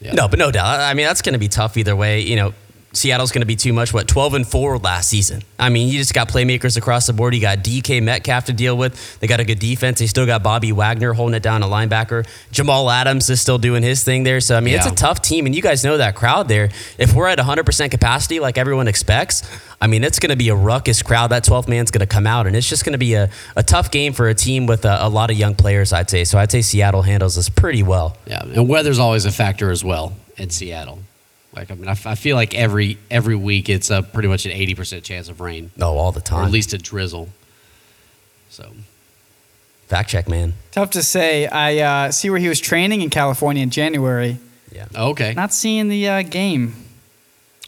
Yeah. No, but no doubt. I mean, that's going to be tough either way. You know, Seattle's going to be too much. What twelve and four last season? I mean, you just got playmakers across the board. You got DK Metcalf to deal with. They got a good defense. They still got Bobby Wagner holding it down, a linebacker. Jamal Adams is still doing his thing there. So I mean, it's Yeah. a tough team, and you guys know that crowd there. If we're at one hundred percent capacity, like everyone expects, I mean, it's going to be a ruckus crowd. That twelfth man's going to come out, and it's just going to be a, a tough game for a team with a, a lot of young players. I'd say so. I'd say Seattle handles this pretty well. Yeah, and weather's always a factor as well in Seattle. Like, I mean, I, f- I feel like every every week it's a pretty much an eighty percent chance of rain, No, all the time. or at least a drizzle. So Fact check, man. Tough to say. I uh, see where he was training in California in January. Yeah. okay, Not seeing the uh, game.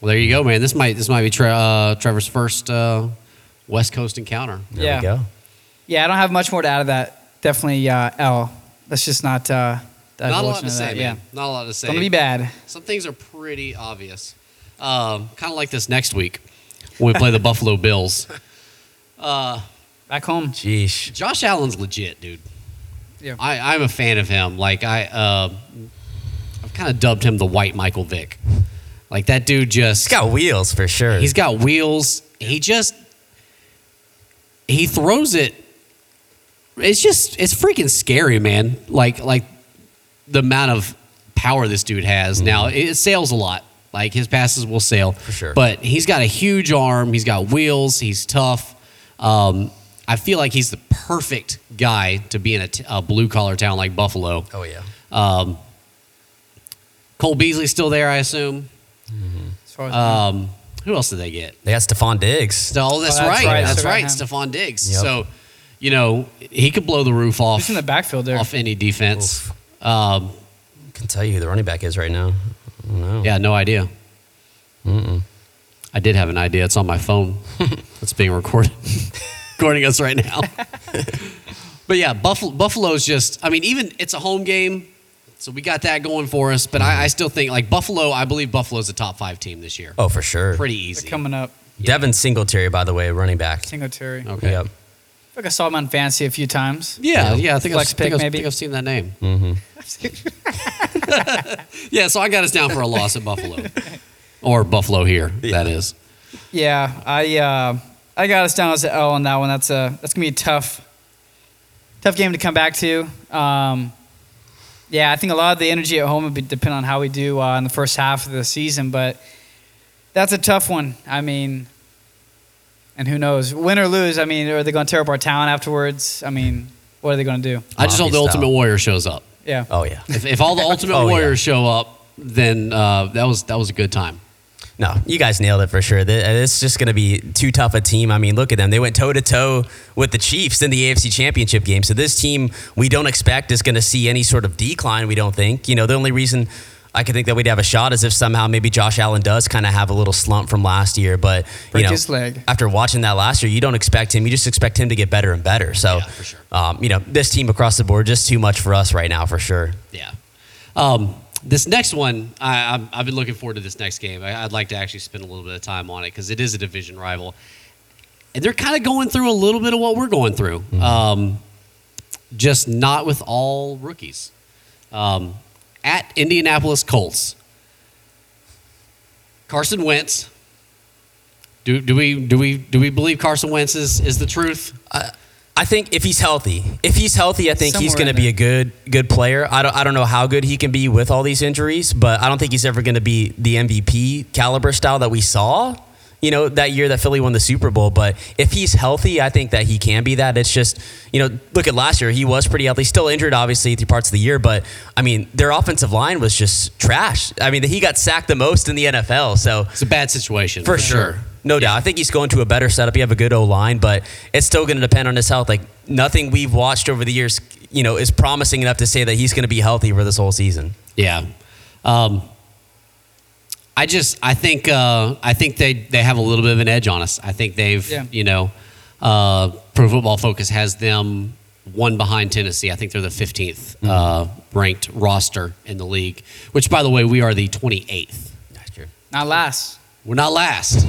well, there you go, man. This might this might be tre- uh, Trevor's first uh, West Coast encounter. There yeah. we go. Yeah, I don't have much more to add to that. Definitely uh, L. Let's just not. Uh, Not divulge a lot to into say, that. man. Not a lot to say. It's gonna be bad. Some things are pretty obvious. Um, kind of like this next week when we play the Buffalo Bills. Uh, Back home. Jeesh. Josh Allen's legit, dude. Yeah. I, I'm a fan of him. Like I, uh, I've kind of dubbed him the White Michael Vick. Like that dude just He's got wheels for sure. he's got wheels. He just he throws it. It's just it's freaking scary, man. Like like the amount of power this dude has. Now Mm-hmm. it, it sails a lot. Like his passes will sail For sure. But he's got a huge arm. He's got wheels. He's tough. Um, I feel like he's the perfect guy to be in a, t- a blue collar town like Buffalo. oh yeah. Um, Cole Beasley's still there, I assume. As far as Um, who else did they get? They got Stephon Diggs. No, that's, Oh, that's right. right. That's Yeah. right. Stephon Stephon Diggs. Yep. So, you know, he could blow the roof off who's in the backfield there? off any defense. Um, I can tell you who the running back is right now. I don't know. yeah, no idea. Mm-mm. I did have an idea. It's on my phone. it's being recorded, recording us right now. but yeah, Buffalo, Buffalo's just. I mean, even it's a home game, so we got that going for us. But I, I still think like Buffalo. I believe Buffalo's a top five team this year. Oh, for sure. Pretty They're easy. coming up. Devin Singletary, by the way, running back. Singletary. I Okay. Yep. feel like I saw him on Fantasy a few times. Yeah, yeah. I think, Flex I've, pick, think, I've, maybe? think I've seen that name. hmm Yeah, so I got us down for a loss at Buffalo. Or Buffalo here, that is. Yeah, I uh, I got us down as an L on that one. That's a that's gonna be a tough, tough game to come back to. Um, yeah, I think a lot of the energy at home would be depend on how we do uh, in the first half of the season, but that's a tough one. I mean, and who knows, win or lose? I mean, are they going to tear up our town afterwards? I mean, what are they going to do? I just hope the Hockey Ultimate style. Warrior shows up. Yeah, Oh yeah. If, if all the Ultimate Oh, yeah. Warriors show up, then uh, that was that was a good time. No, you guys nailed it for sure. Th- uh, It's just going to be too tough a team. I mean, look at them. They went toe to toe with the Chiefs in the AFC Championship game. So this team we don't expect is going to see any sort of decline. We don't think. You know, the only reason I could think that we'd have a shot is if somehow maybe Josh Allen does kind of have a little slump from last year. But Break you know, his leg. after watching that last year, you don't expect him. You just expect him to get better and better. So, Yeah, for sure. um, you know, this team across the board just too much for us right now for sure. Yeah. Um, this next one, I, I'm, I've been looking forward to this next game. I, I'd like to actually spend a little bit of time on it because it is a division Mm-hmm. rival, and they're kind of going through a little bit of what we're going through. Um, just not with all rookies. Um, at Indianapolis Colts, Carson Wentz. Do, do we do we do we believe Carson Wentz is, is the truth? I think if he's healthy, if he's healthy, I think he's Somewhere going to in be there. a good good player. I don't I don't know how good he can be with all these injuries, but I don't think he's ever going to be the MVP caliber style that we saw. You know that year that Philly won the Super Bowl, but if he's healthy, I think that he can be that. It's just you know look at last year; he was pretty healthy, still injured obviously through parts of the year, but I mean their offensive line was just trash. I mean he got sacked the most in the NFL, so It's a bad situation for sure. No doubt. I think he's going to a better setup. You have a good O line, but it's still going to depend on his health. Like nothing we've watched over the years, you know, is promising enough to say that he's going to be healthy for this whole season. Yeah. Um, I just I think uh, I think they they have a little bit of an edge on us. I think they've Yeah. you know uh, Pro Football Focus has them one behind Tennessee. I think they're the 15th Mm-hmm. uh, ranked roster in the league. Which by the way, we are the twenty eighth. Not last. We're not last.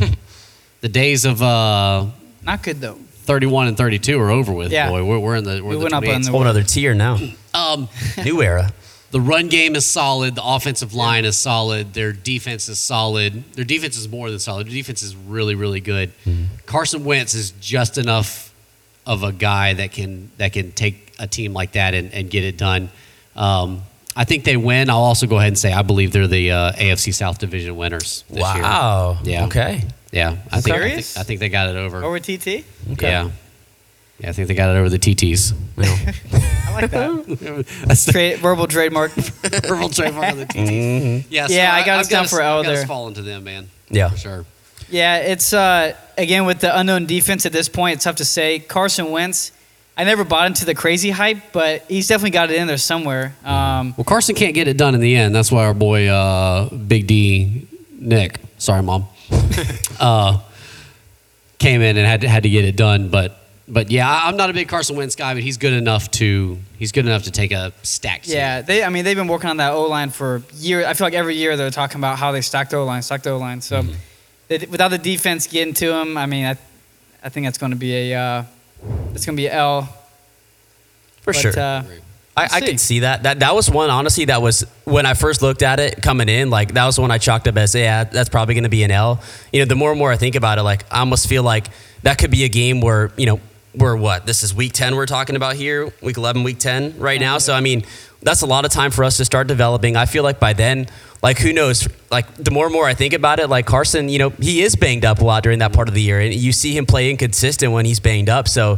the days of uh, Not good though. thirty one and thirty two are over with. Yeah. Boy, we're, we're in the we're We in the went up on 28th. the- Whole another tier now. um, New era. The run game is solid. The offensive line is solid. Their defense is solid. Their defense is more than solid. Their defense is really, really good. Carson Wentz is just enough of a guy that can that can take a team like that and, and get it done. Um, I think they win. I'll also go ahead and say I believe they're the uh, AFC South Division winners. This Wow. Yeah. Okay. Year. Yeah. I think, I think Serious? I think they got it over. Over TT. Oh, Okay. Yeah. Yeah, I think they got it over the TTs. I like that. That's the Trade, verbal trademark. purple trademark of the TTs. Yeah, so Yeah, I got I've us down gotta- for L I've gotta there. fall into them, man. Yeah. For sure. Yeah, it's uh, again with the unknown defense at this point. It's tough to say. Carson Wentz. I never bought into the crazy hype, but he's definitely got it in there somewhere. Um, Well, Carson can't get it done in the end. That's why our boy uh, Big D Nick, sorry mom, uh, came in and had to, had to get it done. But but yeah, I- I'm not a big Carson Wentz guy, but he's good enough to he's good enough to take a stack. Yeah, they. I mean, they've been working on that O line for years. I feel like every year they're talking about how they stacked O line, stacked O line. Mm-hmm. So, they, without the defense getting to them, I mean, I, I think that's going to be a, uh, it's going to be a L. For but, sure. Uh, I, I see. could see that. That that was one honestly that was when I first looked at it coming in, like that was one I chalked up as yeah, that's probably gonna be an L. You know, the more and more I think about it, like I almost feel like that could be a game where, you know, we're what? This is week ten we're talking about here, week eleven, week ten right now. So I mean, that's a lot of time for us to start developing. I feel like by then, like who knows? Like the more and more I think about it, like Carson, you know, he is banged up a lot during that part of the year. And you see him play inconsistent when he's banged up. So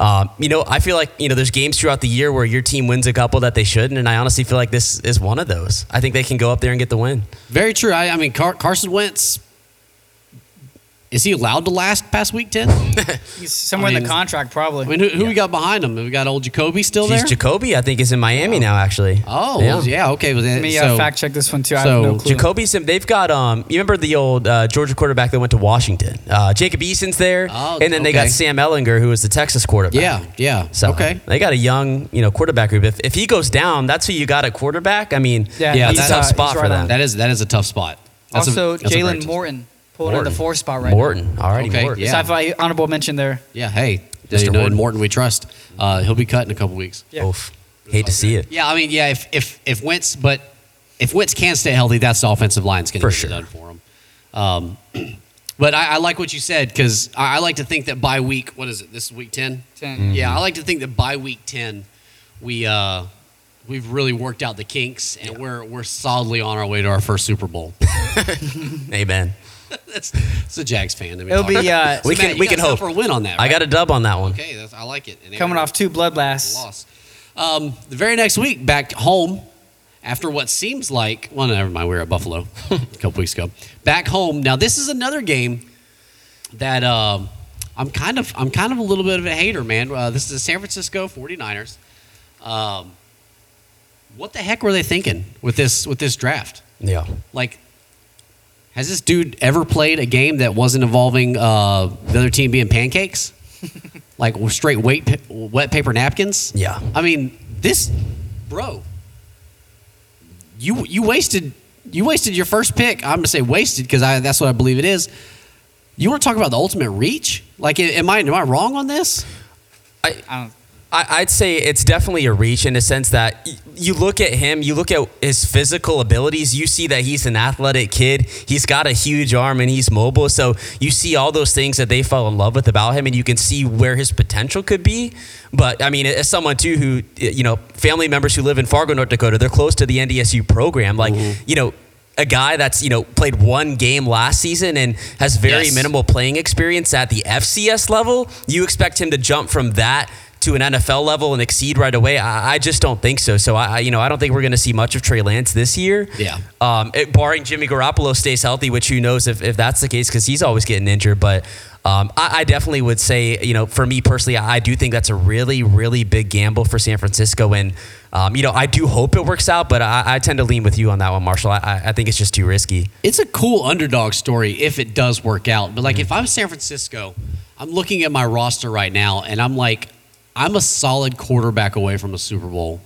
um, you know, I feel like you know there's games throughout the year where your team wins a couple that they shouldn't, and I honestly feel like this is one of those. I think they can go up there and get the win. very true. I, I mean, Car- Carson Wentz. Is he allowed to last past week ten? he's somewhere in mean- the contract probably. I mean, who, who we got behind him? We got old Jacoby still Jeez, there. Jacoby, I think is in Miami now actually. oh, well, yeah. Okay. Well, then, Let me so, uh, fact check this one too. I so have no clue. Jacoby's in, they've got um you remember the old uh, Georgia quarterback that went to Washington. Uh, Jacob Eason's there, Oh, and then they okay. got Sam Ellinger who was the Texas quarterback. Yeah. Yeah. So okay. they got a young, you know, quarterback group. If, if he goes down, that's who you got at quarterback. I mean, Yeah, Yeah, it's a that's- tough uh, spot he's for right them. on That is that is a tough spot. That's a- also, that's a very Jalen tough- Morton pulled in the Morton. four spot right Morton, already Okay, Morton. yeah. now. So I feel like honorable mention there. Yeah, hey, Mr. you know, and Morton. Morton, we trust. Uh, he'll be cut in a couple weeks. Yeah. Oof. Hate to see it. Yeah, I mean, yeah, if if if Wentz, but if Wentz can stay healthy, that's the offensive line's going to For get sure. it done for him. Um, but I, I like what you said because I, I like to think that by week, what is it? This is week ten. 10 Yeah, I like to think that by week ten, we uh, we've really worked out the kinks and we're we're solidly on our way to our first Super Bowl. Amen. that's, that's a Jags fan. I mean, It'll talk- be uh, So, We can- Matt, you we got can stuff hope. for a win on that. I right? got a dub on that one. okay. That's, I like it. And coming Aaron- off two bloodbaths. loss. Um, the very next week, back home after what seems like well, never mind. We were at Buffalo a couple weeks ago. Back home now. This is another game that um, I'm kind of I'm kind of a little bit of a hater, man. Uh, this is the San Francisco 49ers. Um, what the heck were they thinking with this with this draft? Yeah. Like, has this dude ever played a game that wasn't involving uh, the other team being pancakes? like straight weight, wet paper napkins? Yeah. I mean, this, bro. You you wasted you wasted your first pick. I'm gonna say wasted because I that's what I believe it is. You want to talk about the ultimate reach? Like, am I am I wrong on this? I don't. I, I'd say it's definitely a reach in the sense that y- you look at him, you look at his physical abilities, you see that he's an athletic kid. He's got a huge arm and he's mobile. So you see all those things that they fell in love with about him, and you can see where his potential could be. But I mean, as someone too who, you know, family members who live in Fargo, North Dakota, they're close to the NDSU program. Like, you know, a guy that's you know played one game last season and has very Yes. minimal playing experience at the FCS level, you expect him to jump from that to an NFL level and exceed right away. I, I just don't think so. So I, I- you know, I don't think we're going to see much of Trey Lance this year. Yeah. Um, it- barring Jimmy Garoppolo stays healthy, which who knows if, if that's the case because he's always getting injured. But um, I, I definitely would say, you know, for me personally, I, I do think that's a really, really big gamble for San Francisco. And, um, you know, I do hope it works out, but I, I tend to lean with you on that one, Marshall. I- I, I think it's just too risky. it's a cool underdog story if it does work out. But like if I'm San Francisco, I'm looking at my roster right now and I'm like, I'm a solid quarterback away from a Super Bowl.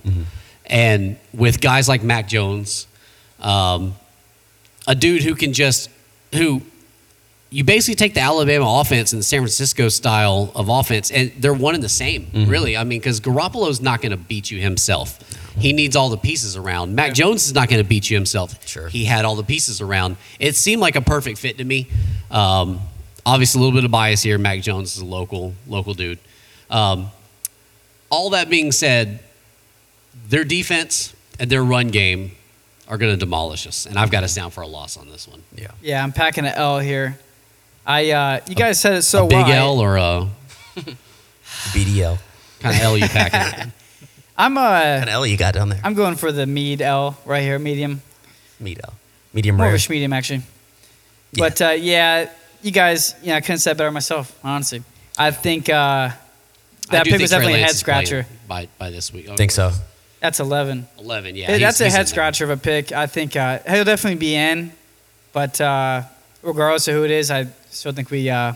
And with guys like Mac Jones, um, a dude who can just who you basically take the Alabama offense and the San Francisco style of offense, and they're one and the same, really. I mean, because Garoppolo's not going to beat you himself. He needs all the pieces around. Mac Jones is not going to beat you himself. Sure. He had all the pieces around. It seemed like a perfect fit to me. Um, obviously, a little bit of bias here. Mac Jones is a local, local dude. Um, all that being said, their defense and their run game are going to demolish us, and I've got us down for a loss on this one. Yeah. Yeah, I'm packing an L here. I uh, you guys said it so a big well. I- L or a BDL. kind of L you packing? I'm An uh, L you got down there. I'm going for the mead L right here, medium, Meat L. Medium more of rare. a medium actually. Yeah. But uh, yeah, you guys, yeah, I couldn't say it better myself. Honestly, I think uh, I that do pick think was Trey definitely a Lance head is playing scratcher. by by this week. Oh, Think so. That's 11. Eleven, yeah. Hey, he's- that's a he's head in there. scratcher of a pick. I think uh, he'll definitely be in, but uh, regardless of who it is, I still think we uh,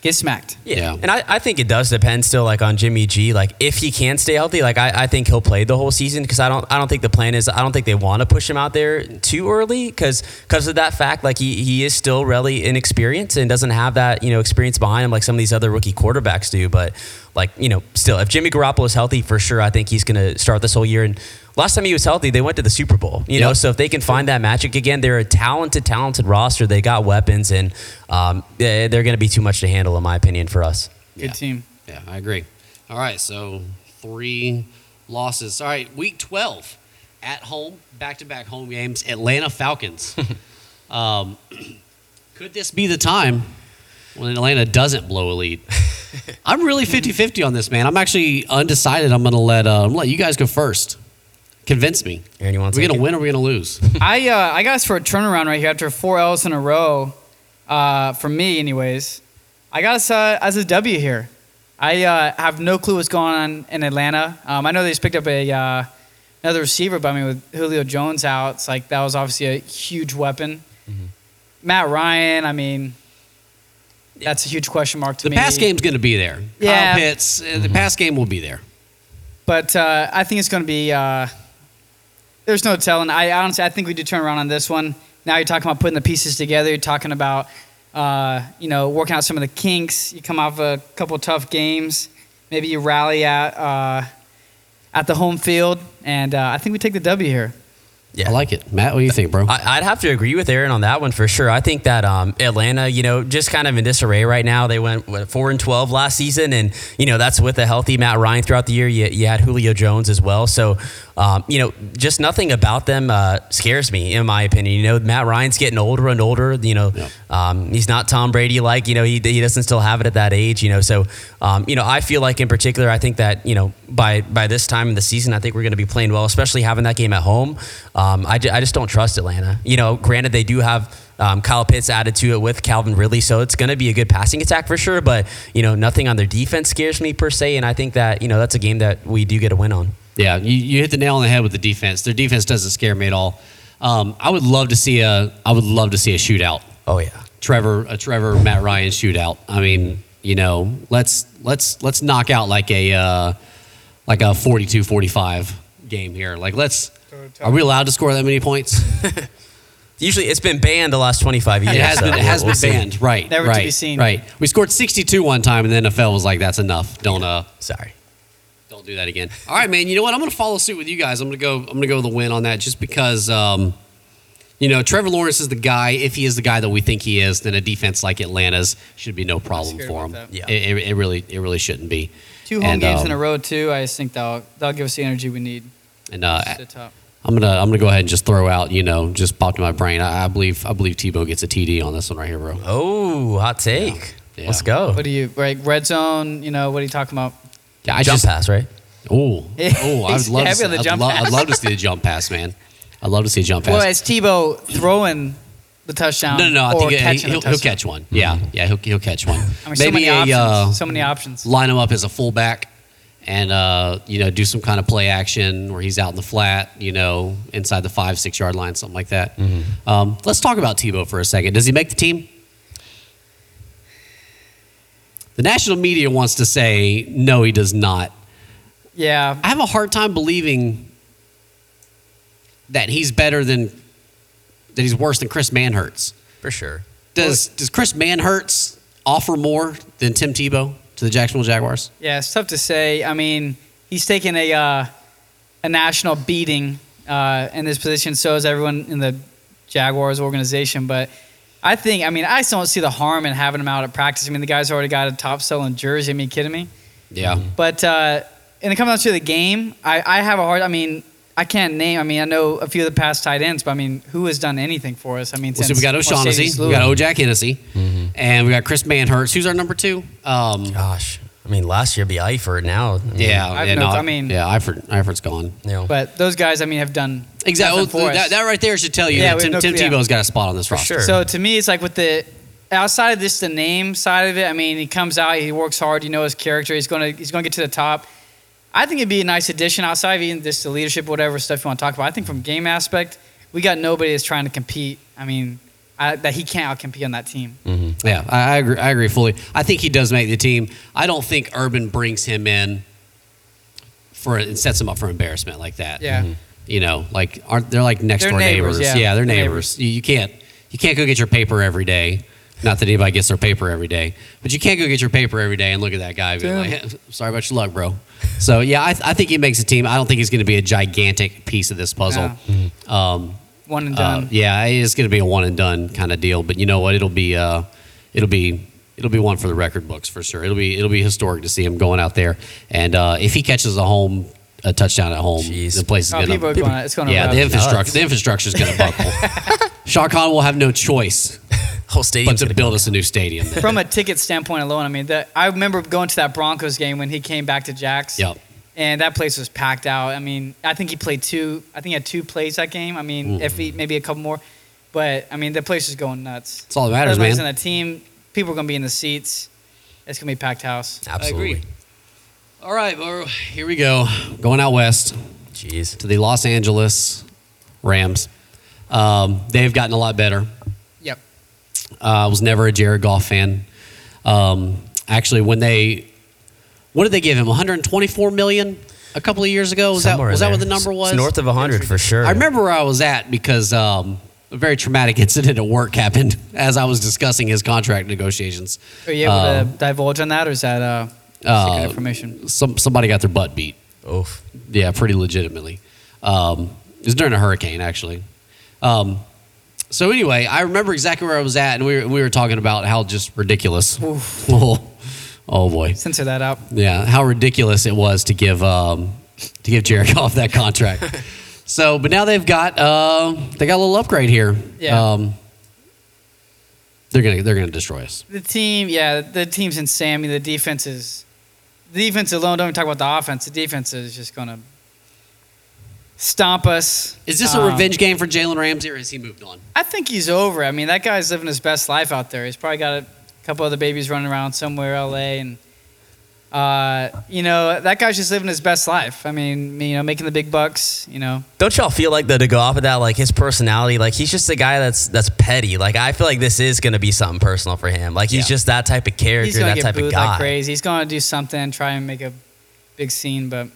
get smacked. Yeah. And I, I think it does depend still like on Jimmy G. Like if he can stay healthy, like I, I think he'll play the whole season because I don't I don't think the plan is I don't think they want to push him out there too early because of that fact like he, he is still really inexperienced and doesn't have that you know experience behind him like some of these other rookie quarterbacks do. But like you know still if Jimmy Garoppolo is healthy for sure I think he's gonna start this whole year. And last time he was healthy they went to the Super Bowl. You know Yep. so if they can find that magic again they're a talented talented roster. They got weapons and um, they- they're gonna be too much to handle in my opinion for us. Good Yeah. team. Yeah, I agree. All right, so three losses. All right, week twelve, at home, back to back home games. Atlanta Falcons. um, could this be the time when Atlanta doesn't blow a lead? I'm really 50-50 on this, man. I'm actually undecided. I'm gonna let uh, I'm gonna let you guys go first. Convince me. Aaron, you Are want to we gonna win or are we gonna lose? I uh, I got us for a turnaround right here after four L's in a row, uh, for me anyways. I got us uh, as a W here. I uh, have no clue what's going on in Atlanta. Um, I know they just picked up a uh, another receiver, but I mean with Julio Jones out, it's like that was obviously a huge weapon. Matt Ryan, I mean, that's a huge question mark to The me. pass game's going to be there. Yeah. Kyle Pitts, uh, Mm-hmm. the pass game will be there. But uh, I think it's going to be. Uh, there's no telling. I honestly, I think we do turn around on this one. Now you're talking about putting the pieces together. You're talking about, uh, you know, working out some of the kinks. You come off a couple tough games. Maybe you rally at uh, at the home field, and uh, I think we take the W here. Yeah. I like it. Matt, what do you think, bro? I, I'd have to agree with Aaron on that one for sure. I think that um, Atlanta, you know, just kind of in disarray right now. They went what, four and twelve last season, and you know that's with a healthy Matt Ryan throughout the year. You, you had Julio Jones as well, so um, you know just nothing about them uh, scares me, in my opinion. You know, Matt Ryan's getting older and older. You know, Yeah. um, he's not Tom Brady like. You know, he, he doesn't still have it at that age. You know, so um, you know I feel like in particular, I think that you know by by this time in the season, I think we're going to be playing well, especially having that game at home. Um, I, ju- I just don't trust Atlanta. You know, granted they do have. Um, Kyle Pitts added to it with Calvin Ridley, so it's going to be a good passing attack for sure. But you know, nothing on their defense scares me per se, and I think that you know that's a game that we do get a win on. yeah, you, you hit the nail on the head with the defense. Their defense doesn't scare me at all. Um, I would love to see a I would love to see a shootout. Oh yeah, Trevor a Trevor Matt Ryan shootout. I mean, you know, let's let's let's knock out like a uh, like a 42-45 game here. Like let's are we allowed to score that many points? usually it's been banned the last twenty five years. It has so been, it uh, we'll- has we'll been see. banned, right? Never to right, be seen. Right. We scored 62 one time, and the NFL was like, "That's enough. Don't uh, Sorry. Don't do that again. All right, man. You know what? I'm going to follow suit with you guys. I'm going to go. I'm going to go with the win on that, just because. Um, you know, Trevor Lawrence is the guy. If he is the guy that we think he is, then a defense like Atlanta's should be no problem scared for him. about that. It, it, it really, it really shouldn't be. Two home And, games in um, a row, too. I just think that'll that'll give us the energy we need. And uh, to the top. I'm gonna, I'm gonna go ahead and just throw out. You know, just popped in my brain. I, I believe, I believe Tebow gets a TD on this one right here, bro. Oh, hot take. Yeah. Let's go. What do you like? Red zone. You know what are you talking about? Yeah, I Jump just, pass, right? Oh, oh, I would He's love to heavy see, on the I'd, jump lo- pass. I'd love to see the jump pass, man. I'd love to see a jump pass. Well, it's Tebow throwing the touchdown. no, no, no. I or think uh, he, catching the he'll, he'll touchdown. catch one. Yeah, yeah, he'll, he'll catch one. Mm-hmm. I mean, Maybe so many a options. uh, so many options. line him up as a fullback and uh, you know do some kind of play action where he's out in the flat, you know, inside the five six yard line, something like that. Mm-hmm. Um, let's talk about Tebow for a second. Does he make the team? The national media wants to say no, he does not. Yeah, I have a hard time believing that he's better than that he's worse than Chris Manhurts. For sure. Does does Chris Manhurts offer more than Tim Tebow to the Jacksonville Jaguars? yeah. It's tough to say. I mean, he's taken a uh, a national beating uh, in this position. So is everyone in the Jaguars organization. But I think, I mean, I still don't see the harm in having him out at practice. I mean, the guy's already got a top selling jersey. I mean, you kidding me? Yeah. But uh, and it comes down to the game. I, I have a hard. I mean, I can't name. I mean, I know a few of the past tight ends, but I mean, who has done anything for us? I mean, Well, so since we got Mercedes O'Shaughnessy, we Lewis. got O'Jack Hennessy, and we got Chris Manhurts. Who's our number two? Um, Gosh. I mean, last year it'd be Eifert. Now, I mean, yeah, I've yeah, no- I mean- yeah, Eifert, Eifert's gone. You know, But those guys, I mean, have done Exactly. Oh, nothing for us. That, that right there should tell you Yeah, that we Tim, have no Tim clue, yeah. Tebow's got a spot on this roster. sure. So to me, it's like with the outside of this, the name side of it. I mean, he comes out, he works hard. You know his character. He's gonna he's gonna get to the top. I think it'd be a nice addition outside of even just the leadership, whatever stuff you want to talk about. I think from game aspect, we got nobody that's trying to compete. I mean, I, that he can't compete on that team. Mm. Yeah, I, I agree. I agree fully. I think he does make the team. I don't think Urban brings him in for and sets him up for embarrassment like that. Mm-hmm. Yeah. Mhm. you know, like aren't they're like next They're door neighbors? neighbors, Yeah, yeah. they're They're neighbors. You, you can't you can't go get your paper every day. Not that anybody gets their paper every day, but you can't go get your paper every day and look at that guy and be Yeah. like, "Sorry about your luck, bro." So yeah, I, I think he makes a team. I don't think he's going to be a gigantic piece of this puzzle. Um, One and uh, done. yeah, it's going to be a one and done kind of deal. But you know what? It'll be uh, it'll be it'll be one for the record books for sure. It'll be it'll be historic to see him going out there. And uh, if he catches a home a touchdown at home, Jeez. the place is Oh, going people are to going. It's going to yeah yeah, the Nuts. infrastructure the infrastructure is going to buckle. Shah Khan will have no choice whole but stadium. to build us a new stadium. then. From a ticket standpoint alone, I mean, that I remember going to that Broncos game when he came back to Jack's. Yep. And that place was packed out. I mean, I think he played two. I think he had two plays that game. I mean, if he maybe a couple more, but I mean, the place is going nuts. That's all that matters, Everybody's man. on the team. People are going to be in the seats. It's going to be a packed house. Absolutely. I agree. All right, well, here we go. Going out west. Jeez. to the Los Angeles Rams. Um, they've gotten a lot better. Yep. Uh, I was never a Jared Goff fan. Um, actually, when they what did they give him? 124 million a couple of years ago. Was Somewhere that was that in what the there. number It's was? north of 100 for sure. I remember where I was at because um, a very traumatic incident at work happened as I was discussing his contract negotiations. Are you able Uh, to divulge on that, or is that uh, Uh, secret information? Some somebody got their butt beat. Oof. Yeah, pretty legitimately. Um, it was during a hurricane, actually. Um, so anyway, I remember exactly where I was at, and we were, we were talking about how just ridiculous. Oh, oh boy, Censor that out. yeah, how ridiculous it was to give um, to give Jared Goff that contract. so, but now they've got uh, they got a little upgrade here. Yeah. Um, they're gonna they're gonna destroy us. The team, yeah, the team's insane. I mean, the defense is, the defense alone. Don't even talk about the offense. The defense is just gonna stomp us. Is this a Um, revenge game for Jalen Ramsey, or has he moved on? I think he's over. I mean, that guy's living his best life out there. He's probably got a couple other babies running around somewhere, L.A. and. Uh, you know that guy's just living his best life. I mean, you know, making the big bucks. You know, Don't y'all feel like though to go off of that, like his personality, like he's just a guy that's that's petty. Like I feel like this is gonna be something personal for him. Like he's Yeah. just that type of he's character, gonna that get type of booed guy like crazy. He's gonna do something, try and make a big scene, but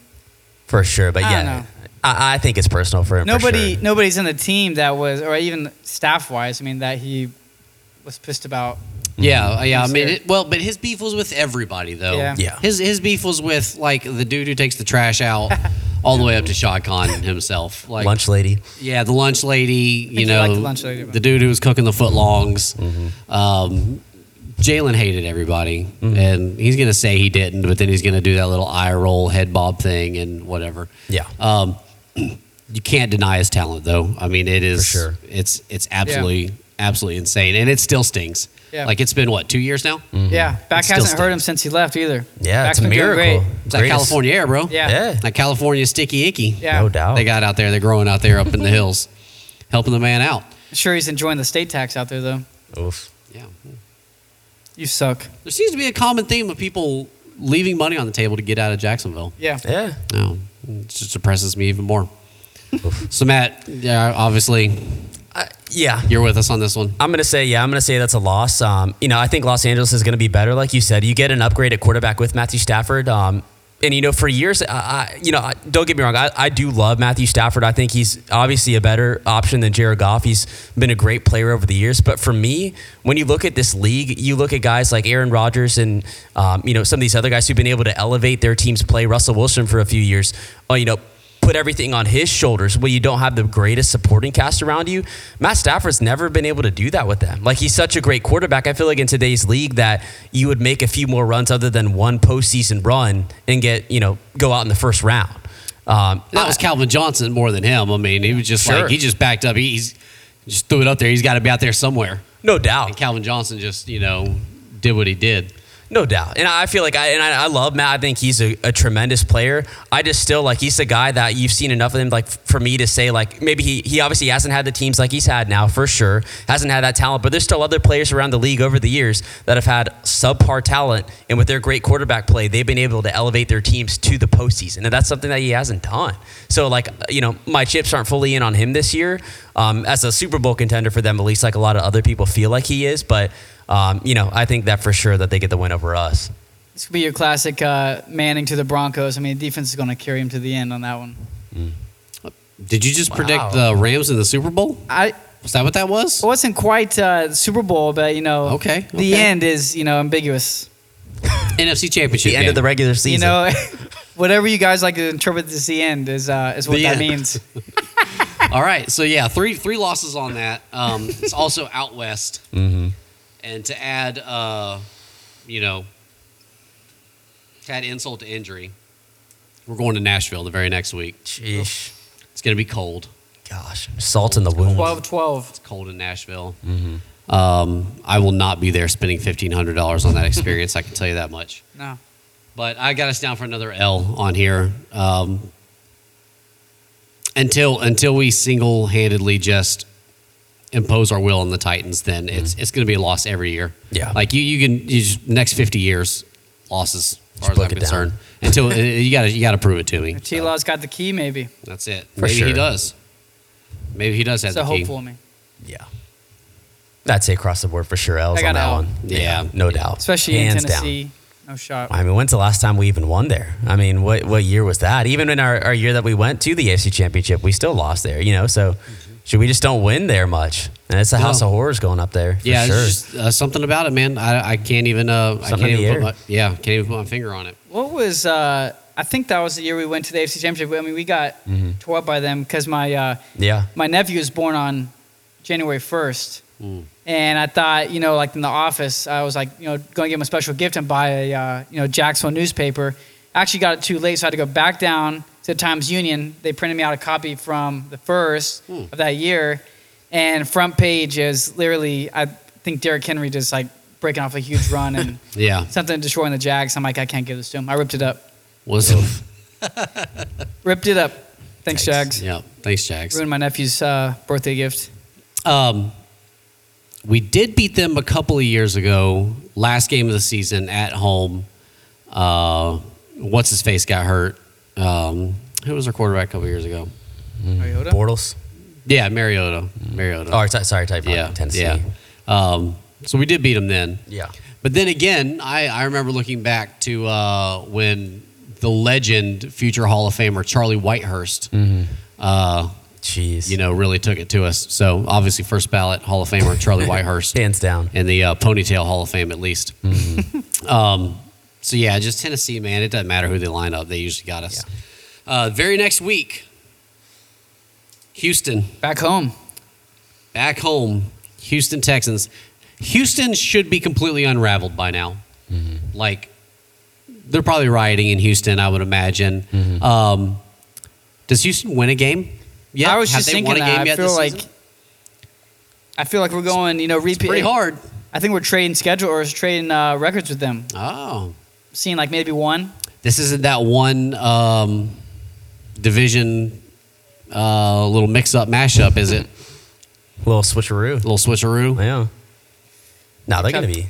for sure. But I don't yeah, know. I, I think it's personal for him. for nobody sure. nobody's in the team that was or even staff wise i mean that he was pissed about Yeah, yeah. I He's mean, there. it, well, but his beef was with everybody though. Yeah. Yeah. His his beef was with like the dude who takes the trash out, all the way up to Shad Khan himself. Like, Lunch lady. Yeah, the lunch lady. You he know, liked the lunch lady, but- the dude who was cooking the footlongs. Mm-hmm. Um, Jalen hated everybody, and he's gonna say he didn't, but then he's gonna do that little eye roll, head bob thing, and whatever. Yeah. Um, you can't deny his talent, though. I mean, it is. sure. It's it's absolutely absolutely insane, and it still stings. Yeah. Like it's been what two years now? Mm. Mm-hmm. Yeah, back still hasn't hurt him stinks. since he left either. Yeah, Back's it's a been doing miracle. great. It's like Greatest- California air, bro. Yeah. Yeah. Like California sticky icky. Yeah. No doubt. They got out there. They're growing out there up in the hills, helping the man out. I'm sure he's enjoying the state tax out there though. Oof. Yeah. You suck. There seems to be a common theme of people leaving money on the table to get out of Jacksonville. Yeah. Yeah. No, it just depresses me even more. so Matt, yeah, obviously I, yeah. you're with us on this one. I'm gonna say yeah. I'm gonna say that's a loss. Um, you know, I think Los Angeles is gonna be better, like you said. You get an upgrade at quarterback with Matthew Stafford. Um, and you know, for years, I, I you know, I- don't get me wrong, I, I do love Matthew Stafford. I think he's obviously a better option than Jared Goff. He's been a great player over the years. But for me, when you look at this league, you look at guys like Aaron Rodgers and um, you know some of these other guys who've been able to elevate their team's play. Russell Wilson for a few years. Oh, you know, put everything on his shoulders when you don't have the greatest supporting cast around you. Matt Stafford's never been able to do that with them. Like he's such a great quarterback. I feel like in today's league that you would make a few more runs other than one postseason run and get, you know, go out in the first round. Um, That was Calvin Johnson more than him. I mean, he was just Sure. like he just backed up. He, he's just threw it up there. He's got to be out there somewhere. no doubt. And Calvin Johnson just you know did what he did. No doubt, and I feel like I and I, I love Matt. I think he's a, a tremendous player. I just still like he's the guy that you've seen enough of him. Like for me to say, like maybe he he obviously hasn't had the teams like he's had now for sure. Hasn't had that talent, but there's still other players around the league over the years that have had subpar talent, and with their great quarterback play, they've been able to elevate their teams to the postseason, and that's something that he hasn't done. So like you know, my chips aren't fully in on him this year um, as a Super Bowl contender for them, at least like a lot of other people feel like he is, but um, you know, I think that for sure that they get the win over us. This could be your classic uh, Manning to the Broncos. I mean, the defense is going to carry him to the end on that one. Did you just predict Wow. the Rams in the Super Bowl? I it Was that what that was? wasn't quite uh, Super Bowl, but you know, Okay, the okay. end is you know ambiguous. NFC Championship. The end game. of the regular season. You know, whatever you guys like to interpret as the end is uh, is what The that end. means. All right, so yeah, three three losses on that. Um, it's also out west, Mm-hmm. and to add, uh, you know, to add insult to injury, we're going to Nashville the very next week. Sheesh. It's going to be cold. Gosh, salt in the wound. 12-12. It's cold in Nashville. Um, I will not be there spending fifteen hundred dollars on that experience. I can tell you that much. No. But I got us down for another L on here. Um, until until we single handedly just impose our will on the Titans, then it's it's going to be a loss every year. Yeah. like you you can you just, next fifty years losses as far Just as I'm book it down. concerned. Until uh, you got to you got to prove it to me. T Law's got the key, maybe. That's it. For Maybe sure. he does. Maybe he does have So the key. hopeful in me. Yeah. That's it across the board for sure. L's I got on that L. one. Yeah. No doubt. Especially Hands in down. Tennessee. No shot. I mean, when's the last time we even won there? I mean, what what year was that? Even in our, our year that we went to the AFC Championship, we still lost there, you know? So should we just don't win there much? And it's a house No. of horrors going up there. For Yeah, Sure. it's just uh, something about it, man. I, I can't even uh, I Something can't in the even put air. my, yeah can't even put my finger on it. What was uh, I think that was the year we went to the AFC Championship. I mean, we got Mm-hmm. tore up by them because my uh, yeah. my nephew was born on January first, Mm. and I thought you know like in the office I was like you know going to give him a special gift and buy a uh, you know Jacksonville newspaper. I actually got it too late, so I had to go back down to the Times Union. They printed me out a copy from the first Mm. of that year, and front page is literally I think Derrick Henry just like breaking off a huge run and Yeah, something destroying the Jags. I'm like I can't give this to him. I ripped it up. was Ripped it up. Thanks, Jags. yeah. Thanks, Jags. Ruined my nephew's uh, birthday gift. Um, we did beat them a couple of years ago. Last game of the season at home. Uh, what's his face got hurt? Um, who was our quarterback a couple of years ago? Mariota? Mm-hmm. Bortles. Yeah, Mariota. Mariota. Oh, t- sorry, type yeah, Tennessee. yeah. Um, so we did beat them then. yeah. But then again, I, I remember looking back to uh, when the legend, future Hall of Famer Charlie Whitehurst, uh, Jeez. you know, really took it to us. So obviously, first ballot Hall of Famer Charlie Whitehurst hands down. in the uh, Ponytail Hall of Fame at least. um, so yeah, just Tennessee, man. It doesn't matter who they line up; they usually got us. Uh, very next week, Houston Back home. back home, Houston Texans. Houston should be completely unraveled by now. Like they're probably rioting in Houston, I would imagine. Um, does Houston win a game? Yeah, I was just thinking that. I feel like I feel like we're going, you know, repeat. pretty hard. I think we're trading schedule or is trading uh, records with them. Oh, Seeing like maybe one. this isn't that one um, division uh, little mix-up mashup, is it? Little switcheroo. little switcheroo. Yeah. No, they're gonna be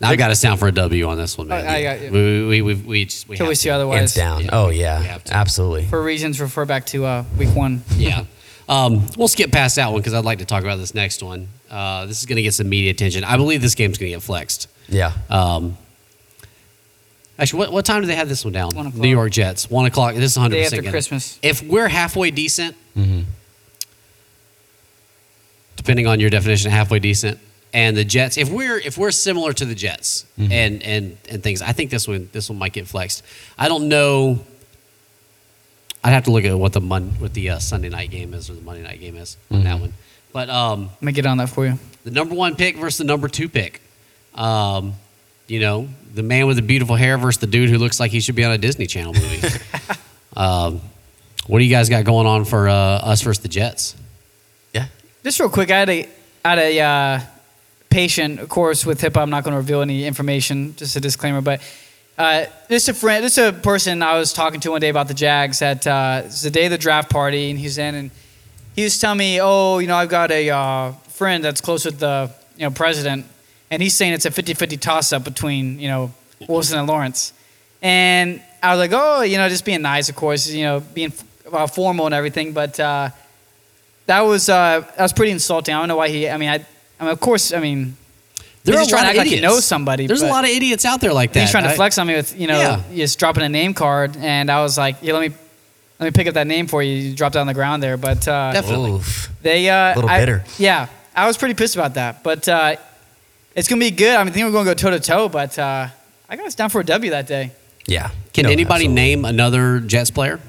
I've got to sound for a W on this one, man. I- I got you. We we we, we just we Till have we to. see otherwise. hands down. Yeah. Oh We yeah, have to. absolutely. For reasons, refer back to uh, week one. yeah. Um, we'll skip past that one because I'd like to talk about this next one. Uh, this is going to get some media attention. I believe this game's going to get flexed. Yeah. Um, actually, what, what time do they have this one down? One o'clock. New York Jets, one o'clock. This is one hundred Day percent after Christmas. If we're halfway decent, depending on your definition, of halfway decent, and the Jets, if we're if we're similar to the Jets and and and things, I think this one this one might get flexed. I don't know. I'd have to look at what the Mon- what the uh, Sunday night game is or the Monday night game is on that one. But um, Let me get on that for you. the number one pick versus the number two pick. Um, you know, the man with the beautiful hair versus the dude who looks like he should be on a Disney Channel movie. um, what do you guys got going on for uh, us versus the Jets? Yeah. Just real quick, I had a, I had a uh, patient, of course, with HIPAA. I'm not going to reveal any information, just a disclaimer. But uh, this a friend, this a person I was talking to one day about the Jags at uh, it's the day of the draft party, and he's in, and he was telling me, oh, you know, I've got a uh, friend that's close with the you know president, and he's saying it's a 50-50 toss-up between you know Wilson and Lawrence, and I was like, oh, you know, just being nice, of course, you know, being uh, formal and everything, but. Uh, that was uh, that was pretty insulting. I don't know why he. I mean, I, I mean, of course, I mean, There He's are just a trying lot to of act like he idiots. knows somebody, There's a but- lot of idiots out there like that. he's trying to I- flex on me with you know Yeah. just dropping a name card, and I was like, yeah, let me let me pick up that name for you. You dropped it on the ground there, but uh, Definitely. Oof. they uh, Little I- bitter. Yeah, I was pretty pissed about that, but uh, it's gonna be good. I mean, I think we're gonna go toe to toe, but uh, I got us down for a W that day. Yeah. Can No, anybody absolutely. name another Jets player?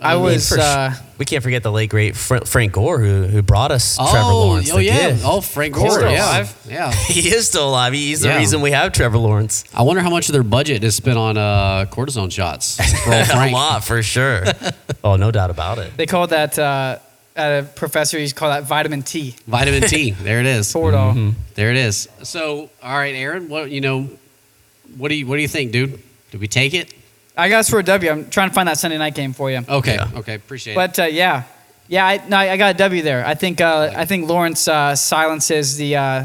I, mean, was for sh- uh, we can't forget the late great Fr- Frank Gore who who brought us Trevor Lawrence. oh the yeah, gift. oh Frank He's Gore, still yeah, alive. yeah. He is still alive. He's the Yeah. reason we have Trevor Lawrence. I wonder how much of their budget is spent on uh, cortisone shots for old A Frank. lot for sure. oh, no doubt about it. they called that uh, at a professor. He's called that vitamin T. Vitamin T, there it is. Toradol. There it is. So, all right, Aaron, what you know, what do you what do you think, dude? Did we take it? I got us for a W. I'm trying to find that Sunday night game for you. Okay, Yeah. okay, appreciate it. But uh, yeah, yeah, I, no, I got a W there. I think uh, I think Lawrence uh, silences the uh,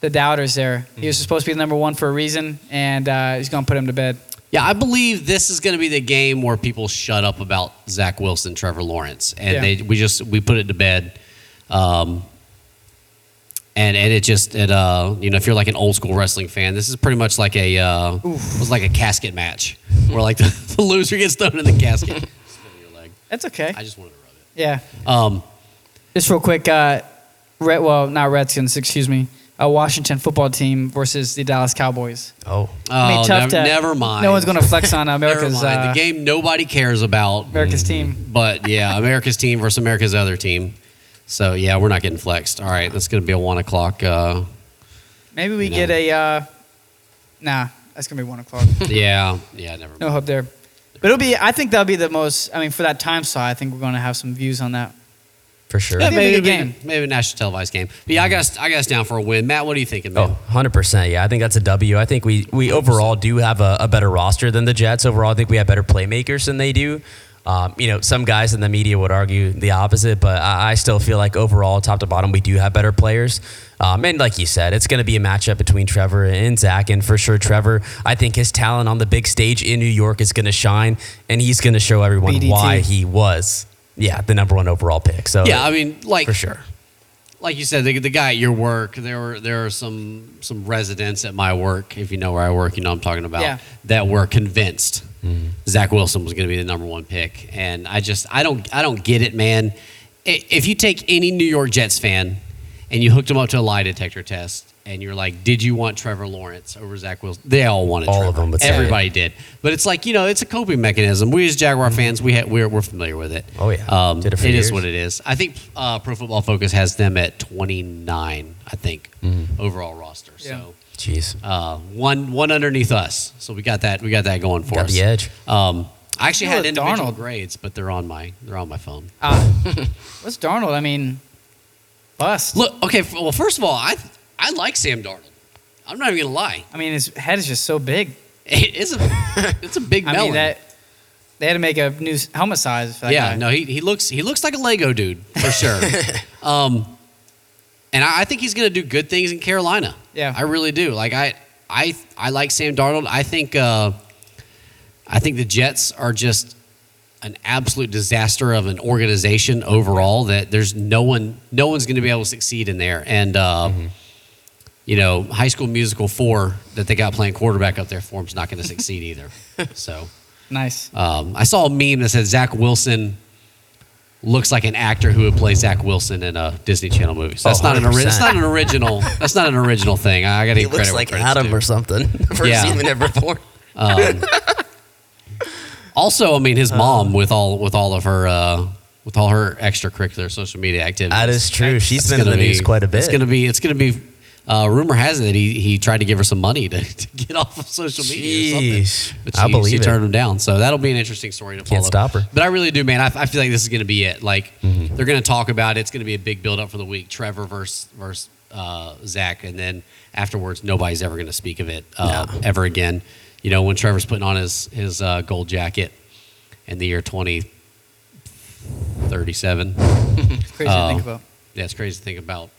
the doubters there. He Mm-hmm. was supposed to be the number one for a reason, and uh, he's gonna put him to bed. Yeah, I believe this is going to be the game where people shut up about Zach Wilson, Trevor Lawrence, and Yeah. they we just we put it to bed. Um, and and it just it uh you know if you're like an old school wrestling fan, this is pretty much like a uh, it was like a casket match where like the, the loser gets thrown in the casket. Spin your leg. That's okay. I just wanted to rub yeah. it. Um, Just real quick, uh, Red, well, not Redskins, excuse me. A Washington football team versus the Dallas Cowboys. Oh, I mean, oh, tough nev- to- never mind. No one's gonna flex on America's Never mind. uh, the game Mm-hmm. nobody cares about. America's team. But yeah, America's team versus America's other team. So yeah, we're not getting flexed. All right, that's going to be a one o'clock. Uh, Maybe we No. get a. Uh, nah, that's gonna be one o'clock. yeah, yeah, never No mind. hope there. But it'll be. I think that'll be the most. I mean, for that time slot, I think we're going to have some views on that. for sure. Yeah, maybe it'll be- game. Mm-hmm. maybe a national televised game. But yeah, I got us- I got us down for a win. Matt, what are you thinking, man? Oh, 100%. Yeah, I think that's a W. I think we, we overall do have a, a better roster than the Jets. Overall, I think we have better playmakers than they do. Um, you know, some guys in the media would argue the opposite, but I, I still feel like overall, top to bottom, we do have better players. Um, and like you said, it's going to be a matchup between Trevor and Zach. And for sure, Trevor, I think his talent on the big stage in New York is going to shine, and he's going to show everyone BDT. why he was, yeah, the number one overall pick. So, Yeah, I mean, like for sure. like you said, the, the guy at your work, there were there are some some residents at my work, if you know where I work, you know what I'm talking about, Yeah. that were Mm-hmm. convinced Zach Wilson was going to be the number one pick, and I just I don't I don't get it, man. i- if you take any New York Jets fan and you hooked them up to a lie detector test and you're like, did you want Trevor Lawrence over Zach Wilson? They all wanted All Trevor. of them would say Everybody did. But it's like, you know, it's a coping mechanism. We as Jaguar fans, we ha- we're, we're familiar with it. Mm-hmm. Oh, yeah. Um, Did it for it is years. what it is. I think uh, Pro Football Focus has them at 29, I think, Mm-hmm. overall roster. Yeah. So Jeez. uh, one one underneath us. So we got that we got that going for Got us. the edge. Um, I actually Look had at individual Darnold. grades, but they're on my they're on my phone. Uh, what's Darnold? I mean, bust. Look, okay. f- Well, first of all, I I like Sam Darnold. I'm not even gonna lie. I mean, his head is just so big. It is a it's a big melon. I mean, that they had to make a new s- helmet size. For that yeah, guy. no, he, he looks he looks like a Lego dude for sure. um, and I, I think he's gonna do good things in Carolina. Yeah. I really do. Like I I I like Sam Darnold. I think uh, I think the Jets are just an absolute disaster of an organization overall. That there's no one no one's gonna be able to succeed in there. And uh, Mm-hmm. you know, High School Musical four that they got playing quarterback up there for him's not gonna succeed either. So. nice. Um, I saw a meme that said Zach Wilson looks like an actor who would play Zach Wilson in a Disney Channel movie. So that's Oh, not an ori- 100%. that's not an original. That's not an original thing. I, I got to He give credit looks where like credit's Adam due. or something. First Yeah. human ever born. Also, I mean, Uh, his mom with all with all of her uh, with all her extracurricular social media activities. That is true. She's It's been in the gonna be- news quite a bit. It's gonna be. It's gonna be. Uh, rumor has it he, he tried to give her some money to, to get off of social media. Or Jeez. something. But she, I believe she it. turned him down. So that'll be an interesting story to follow. Can't stop her. But I really do, man. I, I feel like this is going to be it. Like they're going to talk about it. It's going to be a big build up for the week. Trevor versus versus uh, Zach, and then afterwards, nobody's ever going to speak of it uh, ever again. You know, when Trevor's putting on his his uh, gold jacket in the year twenty thirty seven. Crazy to think Oh. about. That's crazy to think about.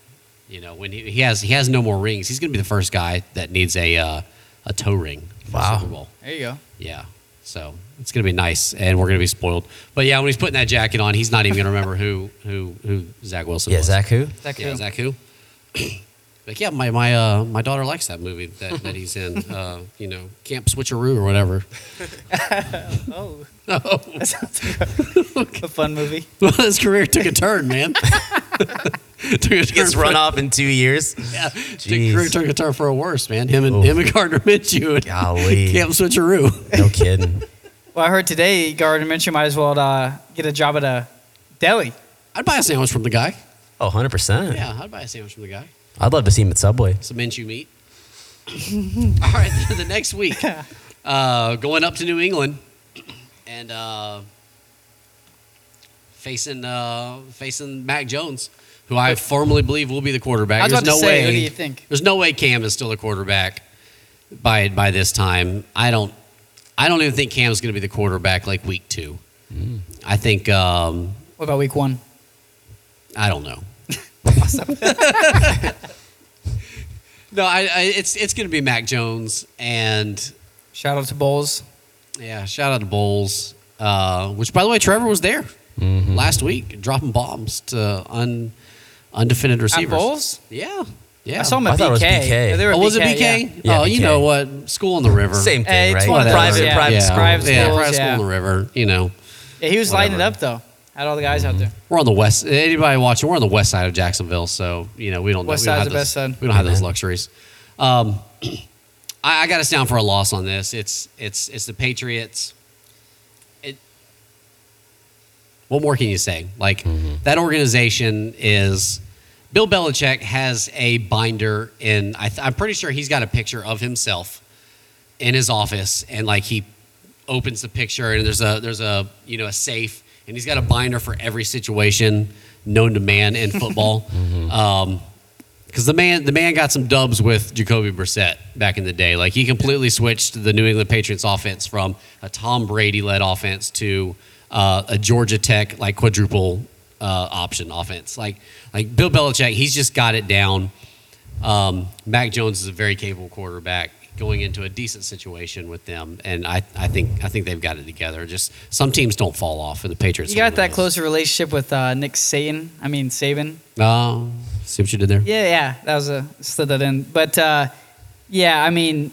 You know, when he, he has he has no more rings, he's going to be the first guy that needs a uh, a toe ring. for the Wow. Super Bowl. There you go. Yeah. So it's gonna be nice, and we're gonna be spoiled. But yeah, when he's putting that jacket on, he's not even gonna remember who who who Zach Wilson Yeah, was. Zach who? That Yeah, cool. Zach who? like yeah, my my uh, my daughter likes that movie that, that he's in. Uh, you know, Camp Switcheroo or whatever. Oh, No, that sounds like a, a fun movie. well, his career took a turn, man. took a turn Gets for- run off in two years. Yeah, took, Jeez. career took a turn for a worse, man. Him and Oof. him and Gardner Minshew and Golly. Camp Switcheroo. No kidding. Well, I heard today Gardner Minshew might as well uh, get a job at a deli. I'd buy a sandwich from the guy. Oh, 100%. Yeah, I'd buy a sandwich from the guy. I'd love to see him at Subway. some you meat. All right, the, the next week, uh, going up to New England and uh, facing uh, facing Mac Jones, who I firmly believe will be the quarterback. I was There's about to no say, who way. do you think? There's no way Cam is still the quarterback by by this time. I don't. I don't even think Cam's going to be the quarterback like week two. I think. Um, What about week one? I don't know. no, I, I it's it's going to be Mac Jones and Shout out to Bowles. yeah, shout out to Bowles. Uh, which by the way, Trevor was there Mhm. last week dropping bombs to un undefended At receivers. Bowles? Yeah. Yeah. I saw him at I thought BK. it was BK. Yeah, they were Oh, at was it BK, yeah. BK? Yeah. oh, Yeah, you BK. know what? School on the river. Same thing, Hey, it's right? one of Whatever. those, private, yeah. private yeah. school. Private Yeah, schools, private school yeah. on the river. You know, Yeah, he was lighting it Whatever. up though. Had all the guys out there. we're on the west. Anybody watching? We're on the west side of Jacksonville, so you know we don't. West we don't side's have the those- best side. We don't have those Amen. luxuries. Um, I, I got us down for a loss on this. It's it's it's the Patriots. It. What more can you say? Like that organization is. Bill Belichick has a binder, and I th- I'm pretty sure he's got a picture of himself in his office, and like he opens the picture and there's a there's a you know a safe and he's got a binder for every situation known to man in football. Um, because the man, the man got some dubs with Jacoby Brissett back in the day. Like he completely switched the New England Patriots offense from a Tom Brady led offense to uh, a Georgia Tech like quadruple uh, option offense. Like like Bill Belichick, he's just got it down. Um, Mac Jones is a very capable quarterback going into a decent situation with them, and I, I think I think they've got it together. Just some teams don't fall off, and the Patriots. You are one got of that those. closer relationship with uh, Nick Saban. I mean Saban. Oh, see what you did there. Yeah, yeah. That was a slid that in. But uh, yeah, I mean,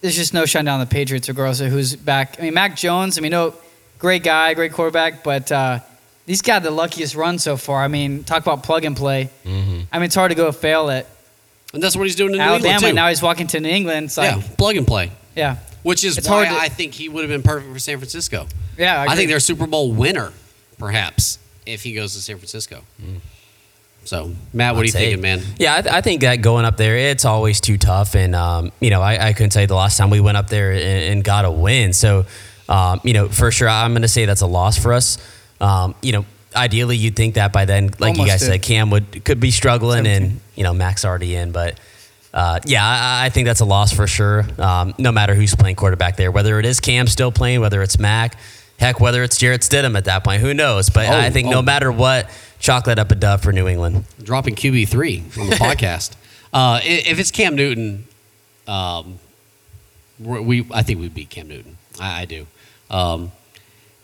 there's just no shutting down the Patriots regardless of who's back. I mean, Mac Jones. I mean, no, great guy, great quarterback, but uh, he's got the luckiest run so far. I mean, talk about plug and play. Mm-hmm. I mean, it's hard to go fail at And that's what he's doing in New England Alabama. too. Now he's walking to New England. It's like, yeah, plug and play, yeah, which is It's why hard to- I think he would have been perfect for San Francisco. yeah. I, agree. think they're a Super Bowl winner, perhaps, if he goes to San Francisco. So, Matt, what are you I'd say- thinking, man? Yeah, I, th- I think that going up there, it's always too tough. And, um, you know, I, I couldn't tell you the last time we went up there and, and got a win. So, um, you know, for sure, I'm going to say that's a loss for us. Um, you know, ideally, you'd think that by then, like you Almost guys did. said, Cam would could be struggling and, 17. you know, Max already in. But, uh, yeah, I, I think that's a loss for sure, um, no matter who's playing quarterback there, whether it is Cam still playing, whether it's Mac. Heck, whether it's Jarrett Stidham at that point, who knows? But Oh, I think oh. no matter what, chocolate up a dove for New England. dropping QB three on the podcast. Uh, i- if it's Cam Newton, um, we're- we I think we beat Cam Newton. I, I do. Um,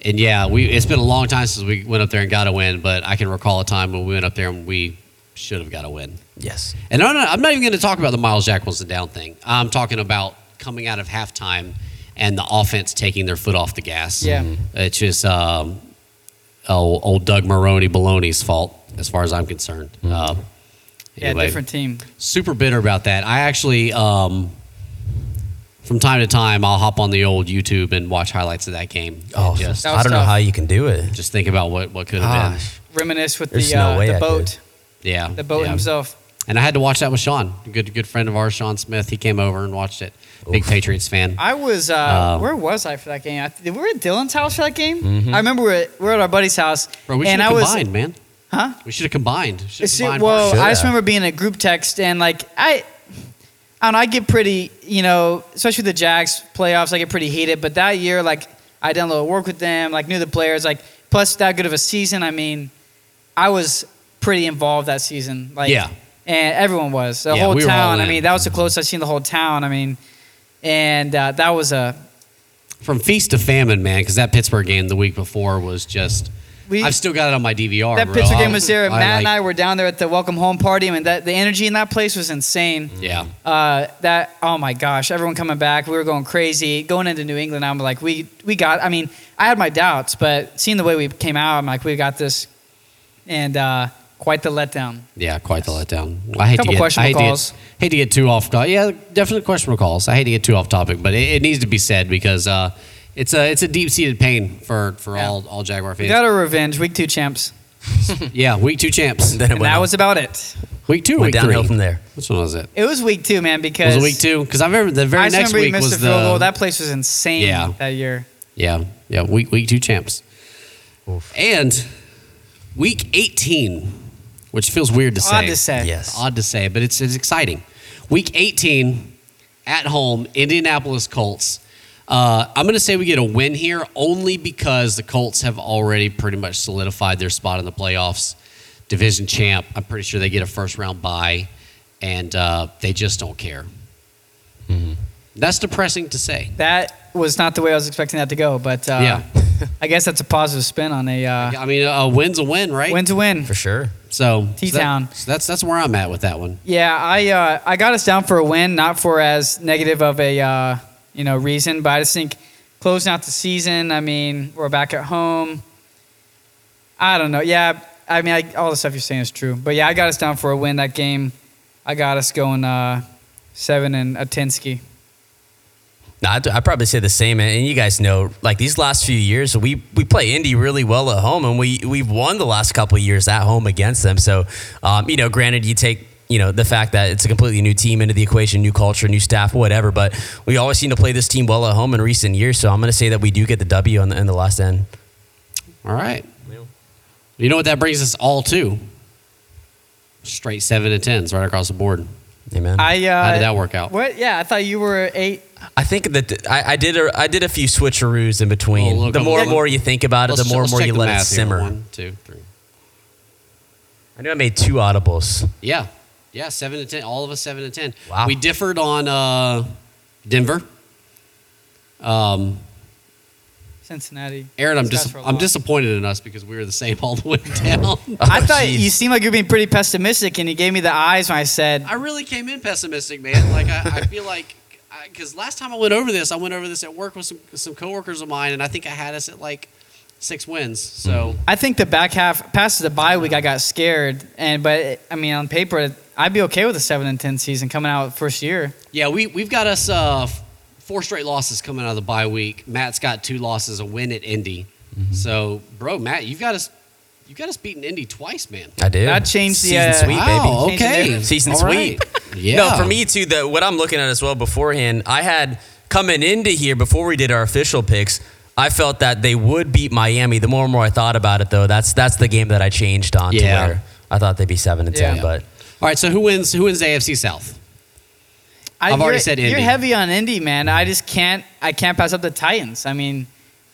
and yeah, we it's been a long time since we went up there and got a win, but I can recall a time when we went up there and we should have got a win. Yes. And I'm not, I'm not even going to talk about the Miles Jack Wilson down thing. I'm talking about coming out of halftime and the offense taking their foot off the gas. Mm-hmm. Yeah. Mhm. It's just um, old, old Doug Maroney Baloney's fault, as far as I'm concerned. Uh, Mm-hmm. yeah, anyway, different team. Super bitter about that. I actually, um, from time to time, I'll hop on the old YouTube and watch highlights of that game. Oh, And just, That I was don't know tough. how you can do it. Ah, just think about what, what could have been. Gosh. Reminisce with There's the, no uh, way the I could. boat, Yeah. the boat yeah. himself. And I had to watch that with Sean, a good good friend of ours, Sean Smith. He came over and watched it. Big Oof. Patriots fan. I was. Uh, Um, Mm-hmm. where was I for that game? I, th- we were at Dylan's house for that game. I remember we were at, we were at our buddy's house, Bro, we should and I have was. combined, man. Huh? We should have combined. Should have It's- combined well, partners. Should I just have. remember being in a group text and like I, I don't know, I get pretty, you know, especially with the Jags playoffs, I get pretty heated. But that year, like I done a little work with them, like knew the players, like plus that good of a season. I mean, I was pretty involved that season, like Yeah. and everyone was the Yeah, whole we were all town. I in. mean, that was the closest I've seen the whole town. I mean, and uh, that was a From feast to famine, man, because that Pittsburgh game the week before was just. we. I've still got it on my DVR. that bro. Pittsburgh I- game was there. and I Matt and like- I were down there at the welcome home party. I mean, that the energy in that place was insane. Yeah. uh, that oh my gosh, everyone coming back, we were going crazy. Going into New England, I'm like, we we got. I mean, I had my doubts, but seeing the way we came out, I'm like, we got this, and uh, quite the letdown. Yeah, quite the letdown. I hate to Couple get, I questionable hate to calls. get, hate to get too off. to- Yeah, definitely questionable calls. I hate to get too off topic, but it, it needs to be said because uh, it's a it's a deep seated pain for for Yeah. all all Jaguar We fans. got our revenge, week two champs, yeah, week two champs. Then it and went, that up- was about it. Week two, or week went downhill three. from there. Which one was it? It was week two, man, because was it week two? Because I remember the very I just next remember you week missed was the field the goal. That place was insane Yeah. that year. yeah yeah week week two champs, Oof. and week eighteen, which feels weird to Odd say. to say. Yes. Odd to say, but it's it's exciting. Week eighteen, at home, Indianapolis Colts. Uh, I'm going to say we get a win here only because the Colts have already pretty much solidified their spot in the playoffs. Division champ. I'm pretty sure they get a first round bye, and uh, they just don't care. That's depressing to say. That was not the way I was expecting that to go, but uh, Yeah. I guess that's a positive spin on a uh, I mean, a win's a win, right? win to win. For sure. So so that- T-Town. so that's that's where I'm at with that one. Yeah, I uh, I got us down for a win, not for as negative of a uh, you know reason, but I just think closing out the season. I mean, we're back at home. I don't know. Yeah, I mean, I, all the stuff you're saying is true, but yeah, I got us down for a win that game. I got us going uh, seven and a Tinsky. No, I'd, I'd probably say the same. And and you guys know, like these last few years, we, we play Indy really well at home, and we we've won the last couple of years at home against them. So, um, you know, granted, you take you know the fact that it's a completely new team into the equation, new culture, new staff, whatever. But we always seem to play this team well at home in recent years. So I'm going to say that we do get the W on the, in the last end. All right. You know what that brings us all to? Straight seven and tens right across the board. Amen. I uh, How did that work out? What? Yeah, I thought you were eight. I think that I, I did a, I did a few switcheroos in between. Oh, look, the I'm more and looking. more you think about it, Let's the ch- more and let's more check you the let it math here. simmer. One, two, three. I know I made two audibles. Yeah, yeah, seven to ten. All of us seven to ten. Wow. We differed on uh, Denver. Um, Cincinnati. Aaron, I'm It's dis- not for I'm long. disappointed in us because we were the same all the way down. I Oh, thought jeez. you seemed like you were being pretty pessimistic, and you gave me the eyes when I said, I really came in pessimistic, man. Like I, I feel like because last time I went over this, I went over this at work with some some coworkers of mine, and I think I had us at like six wins. So I think the back half past the bye week, I got scared, and but I mean on paper, I'd be okay with a seven and ten season coming out first year. yeah, we we've got us uh, f- four straight losses coming out of the bye week. Matt's got two losses, a win at Indy. So, bro, Matt, you've got us you've got us beating Indy twice, man. I did. That changed the, season uh, sweep, baby. Wow, Change the okay, narrative. Season All right. sweep. oh, Yeah. No, for me too. The what I'm looking at as well beforehand, I had coming into here before we did our official picks. I felt that they would beat Miami. The more and more I thought about it, though, that's that's the game that I changed on Yeah. to where I thought they'd be seven and ten, Yeah. but All right, so who wins? Who wins the AFC South? I, I've already you're- said You're Indy. heavy on Indy, man. I just can't. I can't pass up the Titans. I mean,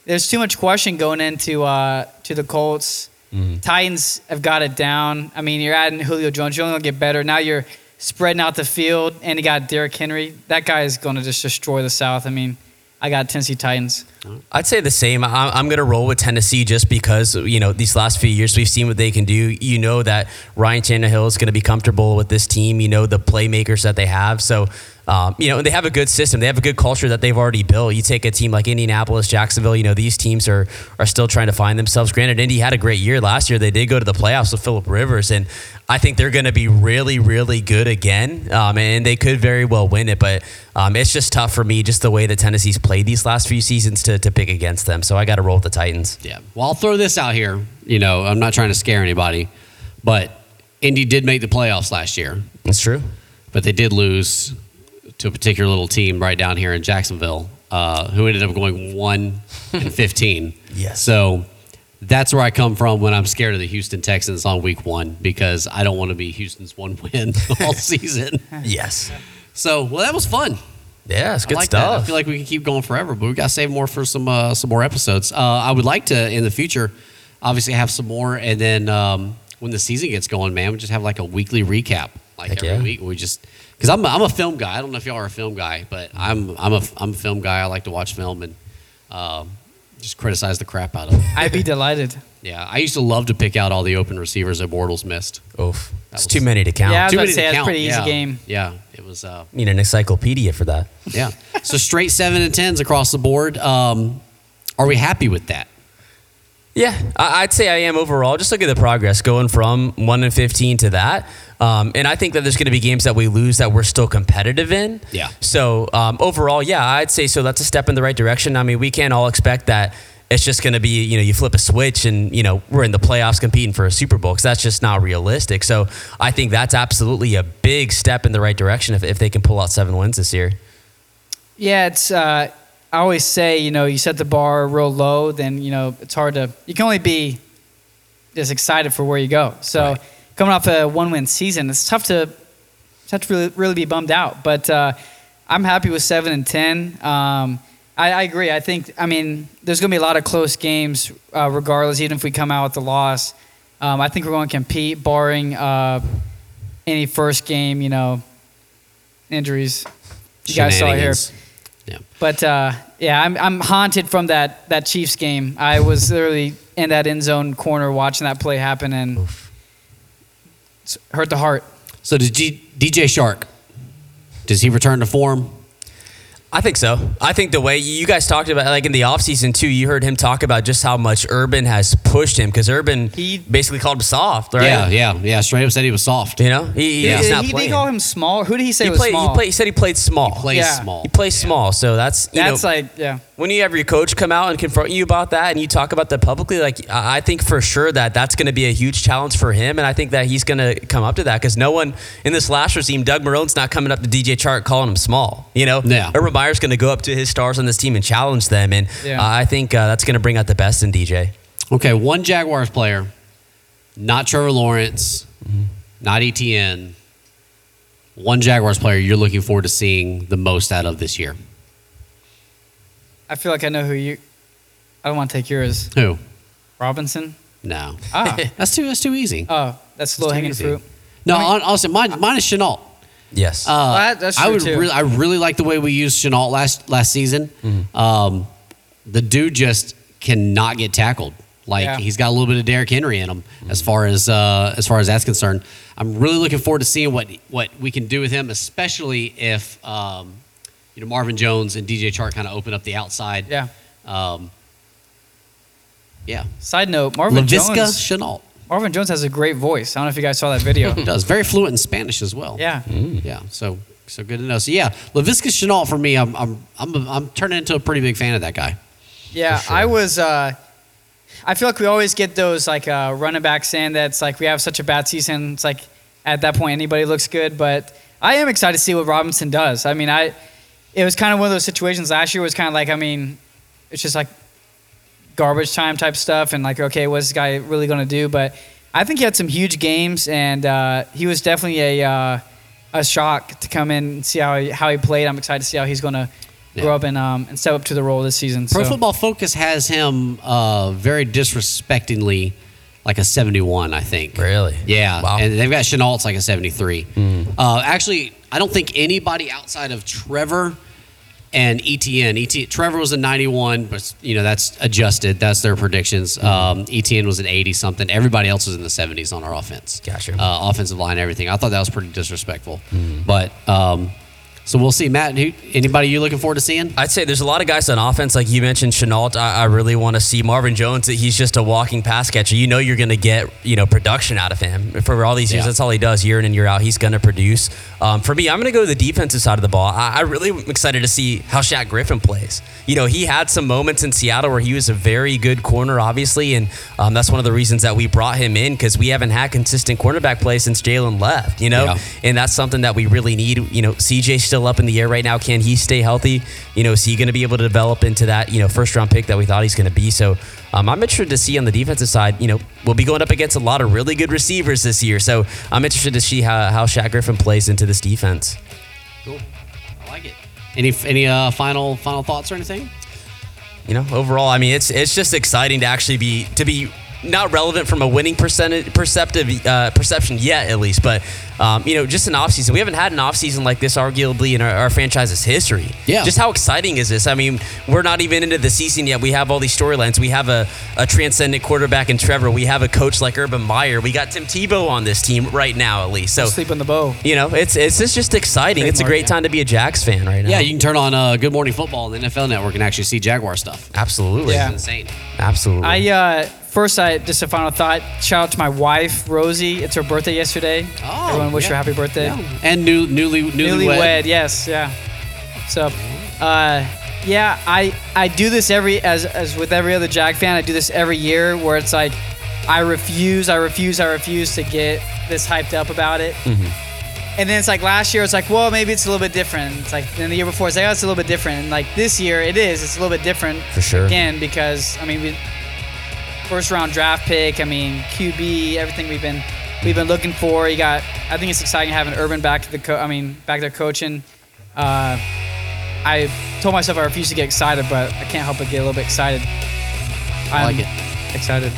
there's too much question going into uh, to the Colts. Mm. Titans have got it down. I mean, you're adding Julio Jones. You're only gonna get better. Now you're spreading out the field, and you got Derrick Henry. That guy is gonna just destroy the South. I mean, I got Tennessee Titans. I'd say the same. I, I'm going to roll with Tennessee just because you know these last few years we've seen what they can do. You know that Ryan Tannehill is going to be comfortable with this team. You know the playmakers that they have. So um, you know they have a good system. They have a good culture that they've already built. You take a team like Indianapolis, Jacksonville. You know these teams are are still trying to find themselves. Granted, Indy had a great year last year. They did go to the playoffs with Philip Rivers, and I think they're going to be really really good again. Um, and they could very well win it, but um, it's just tough for me, just the way that Tennessee's played these last few seasons to, to pick against them. So I got to roll with the Titans. Yeah. Well, I'll throw this out here. You know, I'm not trying to scare anybody, but Indy did make the playoffs last year, It's true. but they did lose to a particular little team right down here in Jacksonville, uh, who ended up going one and 15. Yes. So that's where I come from when I'm scared of the Houston Texans on week one because I don't want to be Houston's one win all season. Yes. So, well, that was fun. Yeah, it's I good like stuff. That. I feel like we can keep going forever, but we got to save more for some uh, some more episodes. Uh, I would like to in the future, obviously have some more, and then um, when the season gets going, man, we just have like a weekly recap, like Heck every yeah. week. We just because I'm a, I'm a film guy. I don't know if y'all are a film guy, but I'm I'm a I'm a film guy. I like to watch film and um, just criticize the crap out of it. I'd be delighted. Yeah, I used to love to pick out all the open receivers that Bortles missed. Oof. That It's was- too many to count. Yeah. I was Too about many to say, that's count. pretty easy Yeah. game. Yeah, it was. Uh, You need an encyclopedia for that. Yeah. So straight seven and tens across the board. Um, are we happy with that? Yeah, I- I'd say I am overall. Just look at the progress going from one and fifteen to that, um, and I think that there's going to be games that we lose that we're still competitive in. Yeah. So um, overall, yeah, I'd say so. That's a step in the right direction. I mean, we can't all expect that it's just going to be you know you flip a switch and you know we're in the playoffs competing for a Super Bowl because that's just not realistic. So I think that's absolutely a big step in the right direction if, if they can pull out seven wins this year. Yeah, it's. Uh, I always say, you know, you set the bar real low, then you know it's hard to. You can only be just excited for where you go. So Right. coming off a one-win season, it's tough to, it's tough to really, really be bummed out. But uh, I'm happy with seven and ten. Um, I, I agree. I think. I mean, there's going to be a lot of close games, uh, regardless. Even if we come out with the loss, um, I think we're going to compete, barring uh, any first game, you know, injuries. You guys saw here. Shenanigans. But uh, yeah, I'm, I'm haunted from that, that Chiefs game. I was literally in that end zone corner watching that play happen and it's hurt the heart. So does G- DJ Shark? Does he return to form? I think so. I think the way you guys talked about, like in the offseason too, you heard him talk about just how much Urban has pushed him because Urban He- basically called him soft, right? Yeah, yeah, yeah. Straight up said he was soft. You know, he, Yeah. he's Did not he, did he playing. call him small? Who did he say he, was played, small? he played. He said he played small. He plays Yeah. small. He plays small. So that's you That's know, like, yeah. when you have your coach come out and confront you about that and you talk about that publicly, like I I think for sure that that's going to be a huge challenge for him, and I think that he's going to come up to that because no one in this last regime, Doug Marone's not coming up to DJ Chart calling him small. You know, Yeah. Urban Meyer's going to go up to his stars on this team and challenge them, and Yeah. uh, I think uh, that's going to bring out the best in DJ. Okay, one Jaguars player, not Trevor Lawrence, not ETN. One Jaguars player you're looking forward to seeing the most out of this year. I feel like I know who you, I don't want to take yours. Who? Robinson? No, Ah, that's too. That's too easy. oh, that's low too hanging easy. fruit. No, hon- honestly, mine, mine is Chenault. Yes, Uh, Well, that- that's I true, would. too. Really, I really like the way we used Chenault last last season. Mm-hmm. Um, the dude just cannot get tackled. Like Yeah. Mm-hmm. he's got a little bit of Derrick Henry in him as far as uh, as far as that's concerned. I'm really looking forward to seeing what what we can do with him, especially if um, you know Marvin Jones and DJ Chart kind of open up the outside. Yeah. Um, Yeah. Side note, Marvin LaVisca Jones. Chenault Marvin Jones has a great voice. I don't know if you guys saw that video. does. Very fluent in Spanish as well. yeah. Yeah. So so good to know. So yeah, LaVisca Chenault for me, I'm I'm I'm I'm turning into a pretty big fan of that guy. Yeah, For sure. I was. Uh, I feel like we always get those like uh, running back saying that's like we have such a bad season. It's like at that point anybody looks good, but I am excited to see what Robinson does. I mean, I it was kind of one of those situations last year was kind of like I mean, it's just like garbage time type stuff and like okay, what's this guy really going to do? But I think he had some huge games and uh, he was definitely a uh, a shock to come in and see how he, how he played. I'm excited to see how he's going to. Yeah. Grow up and um, and step up to the role this season. Pro so. Football Focus has him uh, very disrespectingly like a 71, I think. Really? Yeah. Wow. Hmm. And they've got Chenault's like a 73. Uh, actually, I don't think anybody outside of Trevor and E ETN. ET, Trevor was a 91, but you know that's adjusted. That's their predictions. Hmm. Um, ETN was an 80 something. Everybody else was in the 70s on our offense. Gotcha. Hmm. Uh, offensive line, everything. I thought that was pretty disrespectful. But um, so we'll see, Matt. Who, anybody you looking forward to seeing? I'd say there's a lot of guys on offense, like you mentioned, Chenault. I, I really want to see Marvin Jones. that He's just a walking pass catcher. You know, you're going to get you know production out of him for all these years. Yeah. That's all he does, year in and year out. He's going to produce. Um, for me, I'm going to go to the defensive side of the ball. I, I really am excited to see how Shaq Griffin plays. You know, he had some moments in Seattle where he was a very good corner, obviously, and um, that's one of the reasons that we brought him in because we haven't had consistent cornerback play since Jalen left. You know, Yeah. and that's something that we really need. You know, CJ's still up in the air right now. Can he stay healthy? You know, is he going to be able to develop into that you know first round pick that we thought he's going to be? So um, I'm interested to see on the defensive side. You know, we'll be going up against a lot of really good receivers this year. So I'm interested to see how how Shaq Griffin plays into this defense. Cool. I like it. Any any uh, final final thoughts or anything? you know overall i mean it's it's just exciting to actually be to be not relevant from a winning percentage perceptive uh, perception yet at least but um, you know just an offseason we haven't had an offseason like this arguably in our, our franchise's history Yeah. just how exciting is this i mean we're not even into the season yet we have all these storylines we have a, a transcendent quarterback in trevor we have a coach like urban meyer we got tim tebow on this team right now at least so Sleep on the bow. you know it's it's just, just exciting it's a Trademark, great yeah. time to be a jags fan right now Yeah, you can turn on uh, Good Morning Football on the NFL Network and actually see Jaguar stuff. absolutely Yeah. Insane. absolutely I uh, first, I just a final thought. Shout out to my wife, Rosie. It's her birthday yesterday. Oh, everyone wish yeah. her happy birthday. Yeah. And new newly newly, Newlywed, wed. yes, yeah. So, uh, yeah, I I do this every as as with every other Jag fan. I do this every year where it's like, I refuse, I refuse, I refuse to get this hyped up about it. And then it's like last year, it's like, well, maybe it's a little bit different. It's like then the year before, it's like, oh, it's a little bit different. And like this year, it is. It's a little bit different. For sure. Again, because I mean, we first round draft pick. I mean, QB, everything we've been we've been looking for. You got. I think it's exciting having Urban back to the. Co- I mean, back there coaching. Uh, I told myself I refuse to get excited, but I can't help but get a little bit excited. I like it. Excited.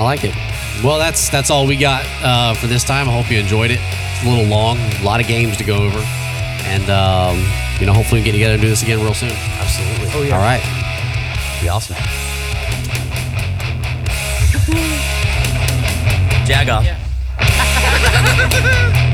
I like it. Well, that's that's all we got uh, for this time. I hope you enjoyed it. It's a little long, a lot of games to go over, and um, you know hopefully we can get together and do this again real soon. absolutely Oh yeah. All right. be awesome. Jag off. Yeah.